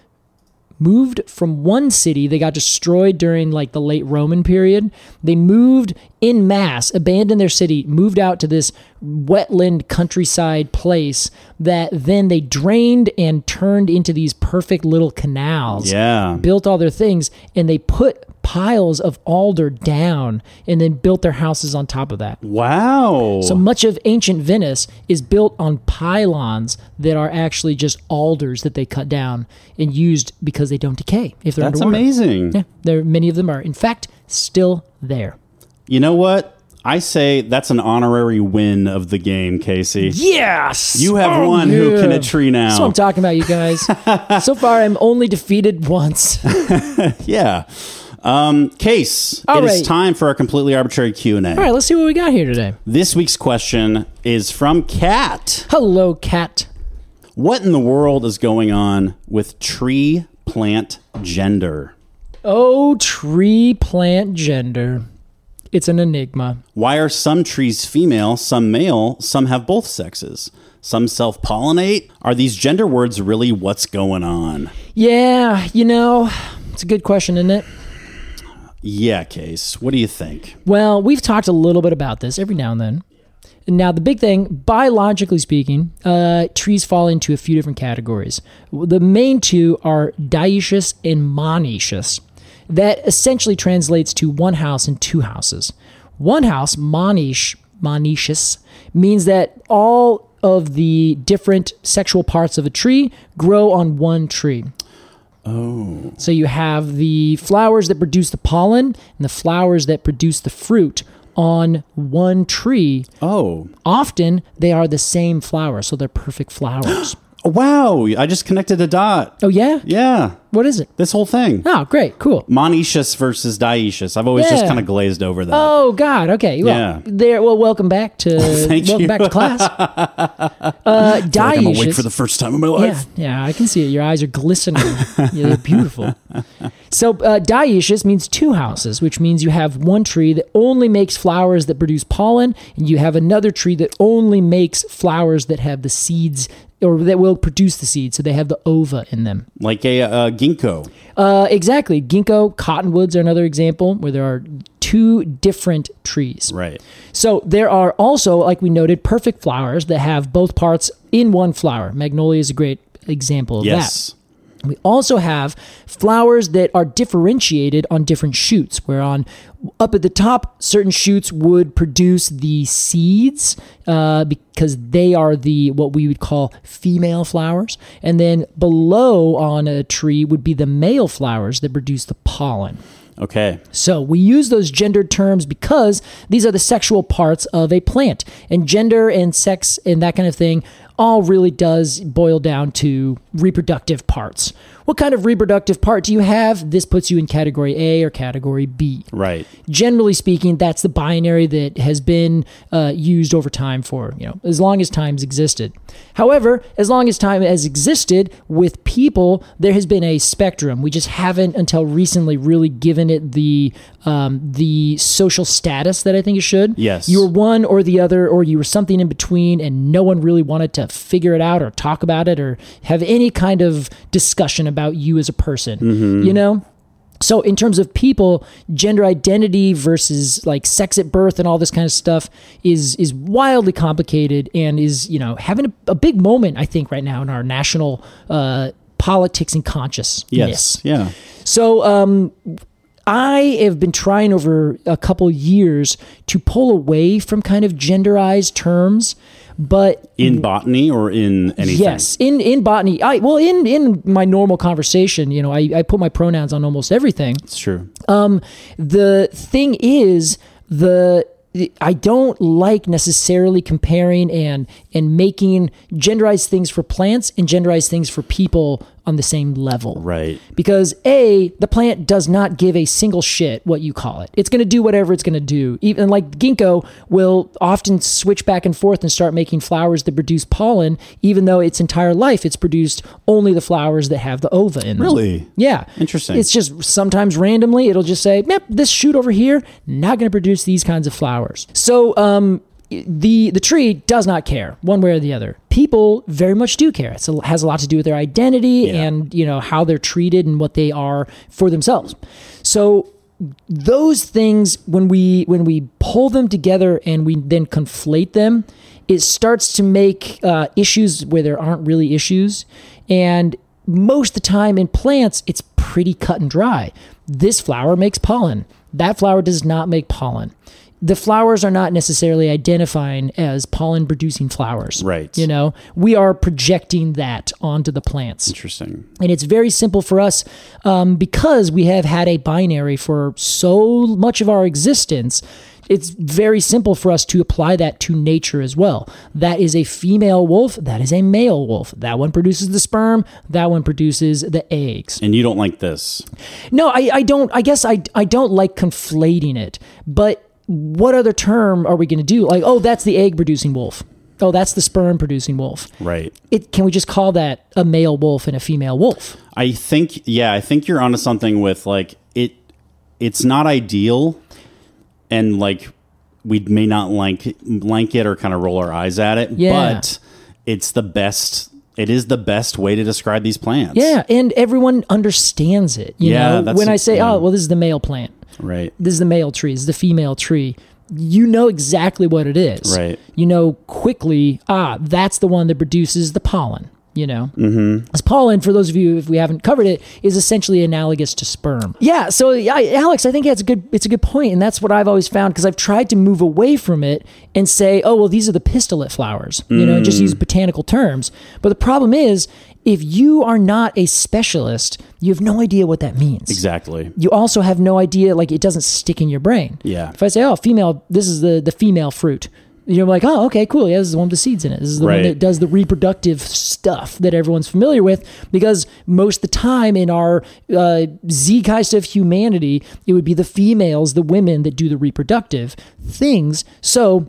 D: moved from one city they got destroyed during like the late roman period they moved in mass abandoned their city moved out to this wetland countryside place that then they drained and turned into these perfect little canals
C: Yeah.
D: built all their things and they put piles of alder down and then built their houses on top of that.
C: Wow.
D: So much of ancient Venice is built on pylons that are actually just alders that they cut down and used because they don't decay if they're
C: That's
D: underwater.
C: amazing.
D: Yeah, there many of them are in fact still there.
C: You know what? I say that's an honorary win of the game, Casey.
D: Yes,
C: You have
D: one
C: one who can a tree now.
D: That's what I'm talking about, you guys. so far, I'm only defeated once. All
C: yeah. Um, Case,
D: All
C: it is
D: right.
C: time for our completely arbitrary Q&A.
D: right, let's see what we got here today.
C: This week's question is from Kat.
D: Hello, cat.
C: What in the world is going on with tree plant gender?
D: Oh, tree plant gender. It's an enigma.
C: Why are some trees female, some male, some have both sexes? Some self pollinate? Are these gender words really what's going on?
D: Yeah, you know, it's a good question, isn't it?
C: Yeah, Case. What do you think?
D: Well, we've talked a little bit about this every now and then. Now, the big thing, biologically speaking, uh, trees fall into a few different categories. The main two are dioecious and monoecious. That essentially translates to one house and two houses. One house, monish, monoecious, means that all of the different sexual parts of a tree grow on one tree. So you have the flowers that produce the pollen and the flowers that produce the fruit on one tree.
C: Oh,
D: Often they are the same flower, so they're perfect flowers.
C: wow. I just connected a dot.
D: oh yeah?
C: Yeah,
D: What is it?
C: this whole thing.
D: Oh, great, cool.
C: Monoecious versus dioecious. I've always just
D: Yeah.
C: kind of glazed over that.
D: Oh God. Okay. Well,
C: Yeah.
D: there. Well, welcome back to
C: Thank
D: welcome
C: you.
D: back to class. uh,
C: I feel like I'm awake
D: dioecious-
C: for the first time in my
D: Yeah,
C: life.
D: yeah, I can see it. Your eyes are glistening. yeah, they're beautiful. So, uh, dioecious means two houses, which means you have one tree that only makes flowers that produce pollen, and you have another tree that only makes flowers that have the seeds or that will produce the seeds. So they have the ova in them.
C: Like a uh, ginkgo.
D: Uh, exactly. Ginkgo, cottonwoods are another example where there are two different trees.
C: Right.
D: So there are also, like we noted, perfect flowers that have both parts in one flower. Magnolia is a great example of that.
C: Yes.
D: We also have flowers that are differentiated on different shoots, where on up at the top, certain shoots would produce the seeds uh, because they are the what we would call female flowers, and then below on a tree would be the male flowers that produce the pollen.
C: Okay.
D: So we use those gendered terms because these are the sexual parts of a plant, and gender and sex and that kind of thing all really does boil down to reproductive parts. What kind of reproductive part do you have? This puts you in category A or category B.
C: Right.
D: Generally speaking, that's the binary that has been uh, used over time for you know as long as time's existed. However, as long as time has existed with people, there has been a spectrum. We just haven't until recently really given it the um, the social status that I think it should.
C: Yes.
D: you were one or the other, or you were something in between, and no one really wanted to figure it out or talk about it or have any kind of discussion about you as a person. You know. So in terms of people, gender identity versus like sex at birth and all this kind of stuff is is wildly complicated and is you know having a, a big moment I think right now in our national uh, politics and consciousness.
C: Yes. Yeah.
D: So um, I have been trying over a couple years to pull away from kind of genderized terms, but
C: In botany or in anything?
D: Mm-hmm. Yes, in in botany, I well in in my normal conversation, you know, I, I put my pronouns on almost everything.
C: It's true.
D: Uh, the thing is the I don't like necessarily comparing and and making genderized things for plants and genderized things for people on the same level.
C: Right.
D: Because A, the plant does not give a single shit what you call it. It's going to do whatever it's going to do. Even like ginkgo will often switch back and forth and start making flowers that produce pollen, even though its entire life it's produced only the flowers that have the ova in them.
C: Really?
D: Yeah.
C: Interesting.
D: It's just sometimes randomly it'll just say, "Yep, this shoot over here not going to produce these kinds of flowers." So, um the the tree does not care one way or the other. People very much do care. It's a, has a lot to do with their identity
C: Yeah.
D: and, you know, how they're treated and what they are for themselves. So, those things when we when we pull them together and we then conflate them it starts to make uh, issues where there aren't really issues and most of the time in plants it's pretty cut and dry This flower makes pollen. That flower does not make pollen. The flowers are not necessarily identifying as pollen producing flowers.
C: Right.
D: You know, we are projecting that onto the plants.
C: Interesting.
D: And it's very simple for us um, because we have had a binary for so much of our existence. It's very simple for us to apply that to nature as well. That is a female wolf. That is a male wolf. That one produces the sperm. That one produces the eggs.
C: And you don't like this.
D: No, I, I don't. I guess I, I don't like conflating it. But what other term are we going to do? Like, oh, that's the egg producing wolf. Oh, that's the sperm producing wolf.
C: Right.
D: It, can we just call that a male wolf and a female wolf?
C: I think yeah, I think you're onto something with like it it's not ideal and like we may not like like it or kind of roll our eyes at it,
D: Yeah.
C: but it's the best it is the best way to describe these plants.
D: Yeah, and everyone understands it. You
C: Yeah,
D: know,
C: that's-
D: when I say,
C: yeah.
D: "Oh, well, this is the male plant.
C: Right.
D: This is the male tree. This is the female tree." You know exactly what it is.
C: Right.
D: You know quickly. Ah, that's the one that produces the pollen. You know, mm-hmm. as pollen, for those of you if we haven't covered it, is essentially analogous to sperm. Yeah. So, I, Alex, I think that's a good. It's a good point, and that's what I've always found because I've tried to move away from it and say, "Oh, well, these are the pistillate flowers." You know, just use botanical terms. But the problem is, if you are not a specialist, you have no idea what that means.
C: Exactly.
D: You also have no idea, like it doesn't stick in your brain.
C: Yeah.
D: If I say, "Oh, female, this is the the female fruit," you're like, "Oh, okay, cool. Yeah, this is the one with the seeds in it. This is the
C: Right.
D: one that does the reproductive stuff that everyone's familiar with." Because most of the time in our uh, zeitgeist of humanity, it would be the females, the women that do the reproductive things. So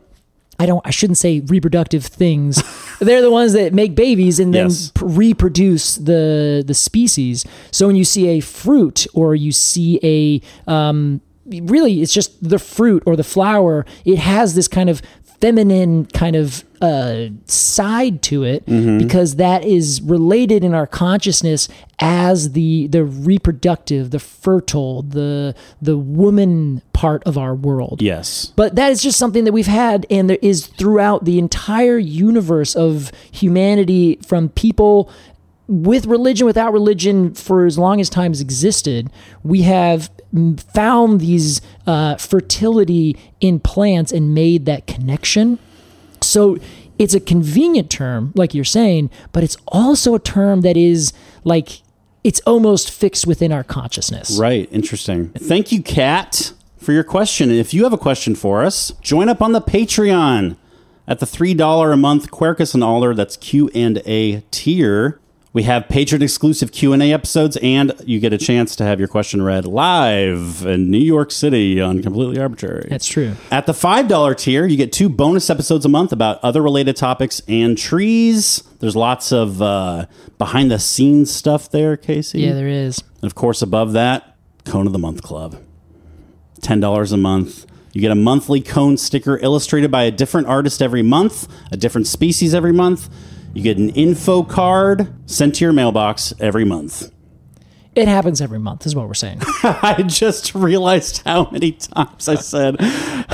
D: I don't. I shouldn't say reproductive things. They're the ones that make babies and then
C: Yes.
D: p- reproduce the the species. So when you see a fruit or you see a um, really, it's just the fruit or the flower. It has this kind of feminine kind of uh, side to it because that is related in our consciousness as the the reproductive, the fertile, the the woman part of our world.
C: Yes.
D: But that is just something that we've had and there is throughout the entire universe of humanity from people with religion, without religion, for as long as time has existed, we have mm, found these uh, fertility in plants and made that connection. So it's a convenient term, like you're saying, but it's also a term that is like it's almost fixed within our consciousness.
C: Right. Interesting. Thank you, Kat, for your question. If you have a question for us, join up on the Patreon at the $3 a month Quercus and Alder. That's Q&A tier. We have patron exclusive Q&A episodes, and you get a chance to have your question read live in New York City on Completely Arbitrary.
D: That's true.
C: At the $5 tier, you get two bonus episodes a month about other related topics and trees. There's lots of uh, behind the scenes stuff there, Casey.
D: Yeah, there is.
C: And of course, above that, Cone of the Month Club. $10 a month. You get a monthly cone sticker illustrated by a different artist every month, a different species every month. You get an info card sent to your mailbox every month.
D: It happens every month, is what we're saying.
C: I just realized how many times I said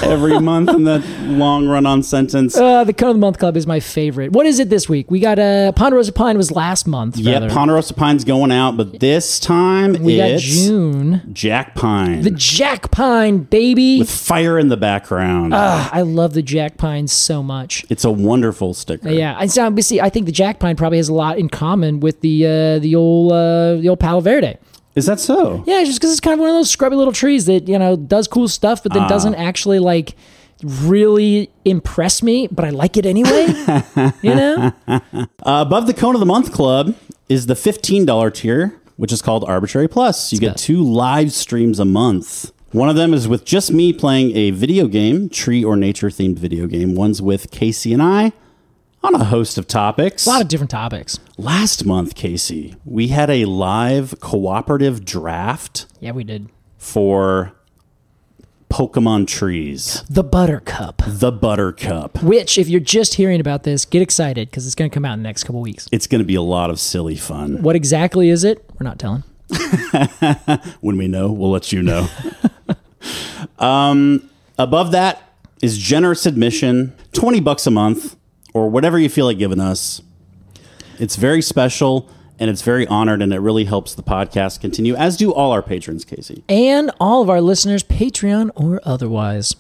C: every month in that long run on sentence.
D: Uh, the Cone of the Month Club is my favorite. What is it this week? We got uh, Ponderosa Pine was last month.
C: Yeah,
D: rather.
C: Ponderosa Pine's going out, but this time
D: we got
C: it's
D: June.
C: Jack Pine.
D: The Jack Pine, baby.
C: with fire in the background.
D: Ah, I love the Jack Pine so much.
C: it's a wonderful sticker.
D: Yeah, and so but see, I think the Jack Pine probably has a lot in common with the uh, the old uh, the old Palo Verde.
C: Is that so?
D: Yeah, it's just because it's kind of one of those scrubby little trees that you know does cool stuff, but then
C: Ah.
D: doesn't actually like really impress me. But I like it anyway. you know.
C: Above the Cone of the Month Club is the $15 tier, which is called Arbitrary Plus. You get two live streams a month. One of them is with just me playing a video game, tree or nature themed video game. One's with Casey and I on a host of topics.
D: A lot of different topics.
C: Last month, Casey, we had a live cooperative draft
D: Yeah, we did
C: for Pokemon trees,
D: the Buttercup.
C: the Buttercup.
D: Which, if you're just hearing about this, get excited because it's going to come out in the next couple weeks.
C: It's going to be a lot of silly fun.
D: What exactly is it? We're not telling.
C: when we know, we'll let you know. um, above that is generous admission, 20 bucks a month or whatever you feel like giving us. It's very special and it's very honored, and it really helps the podcast continue, as do all our patrons, Casey.
D: and all of our listeners, Patreon or otherwise.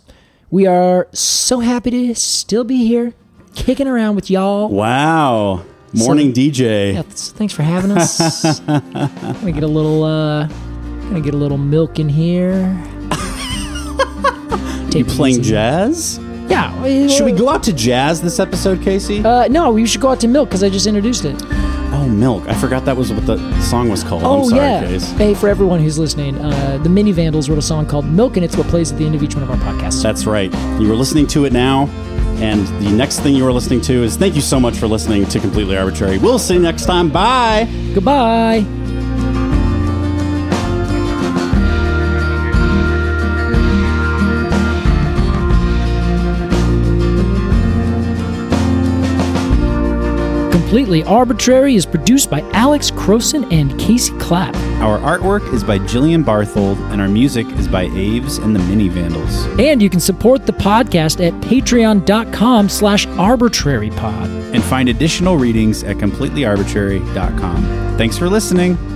D: We are so happy to still be here, kicking around with y'all.
C: Wow. Morning DJ.
D: Yeah, th- thanks for having us. gonna get a little, uh, gonna get a little milk in here.
C: You
D: Take it
C: playing
D: easy.
C: jazz?
D: Yeah. we-
C: Should we go out to jazz this episode, Casey?
D: Uh, no, we should go out to milk because I just introduced it.
C: oh, milk. I forgot that was what the song was called. I'm
D: oh
C: sorry,
D: yeah.
C: Case.
D: Hey, for everyone who's listening, uh, the Mini Vandals wrote a song called "Milk," and it's what plays at the end of each one of our podcasts.
C: That's right. You were listening to it now, and the next thing you are listening to is thank you so much for listening to Completely Arbitrary. We'll see you next time. Bye.
D: Goodbye. Completely Arbitrary is produced by Alex Croson and Casey Clapp,
F: Our artwork is by Jillian Barthold, and our music is by Aves and the Mini Vandals.
D: and you can support the podcast at patreon.com slash arbitrarypod.
F: And find additional readings at completelyarbitrary.com. Thanks for listening.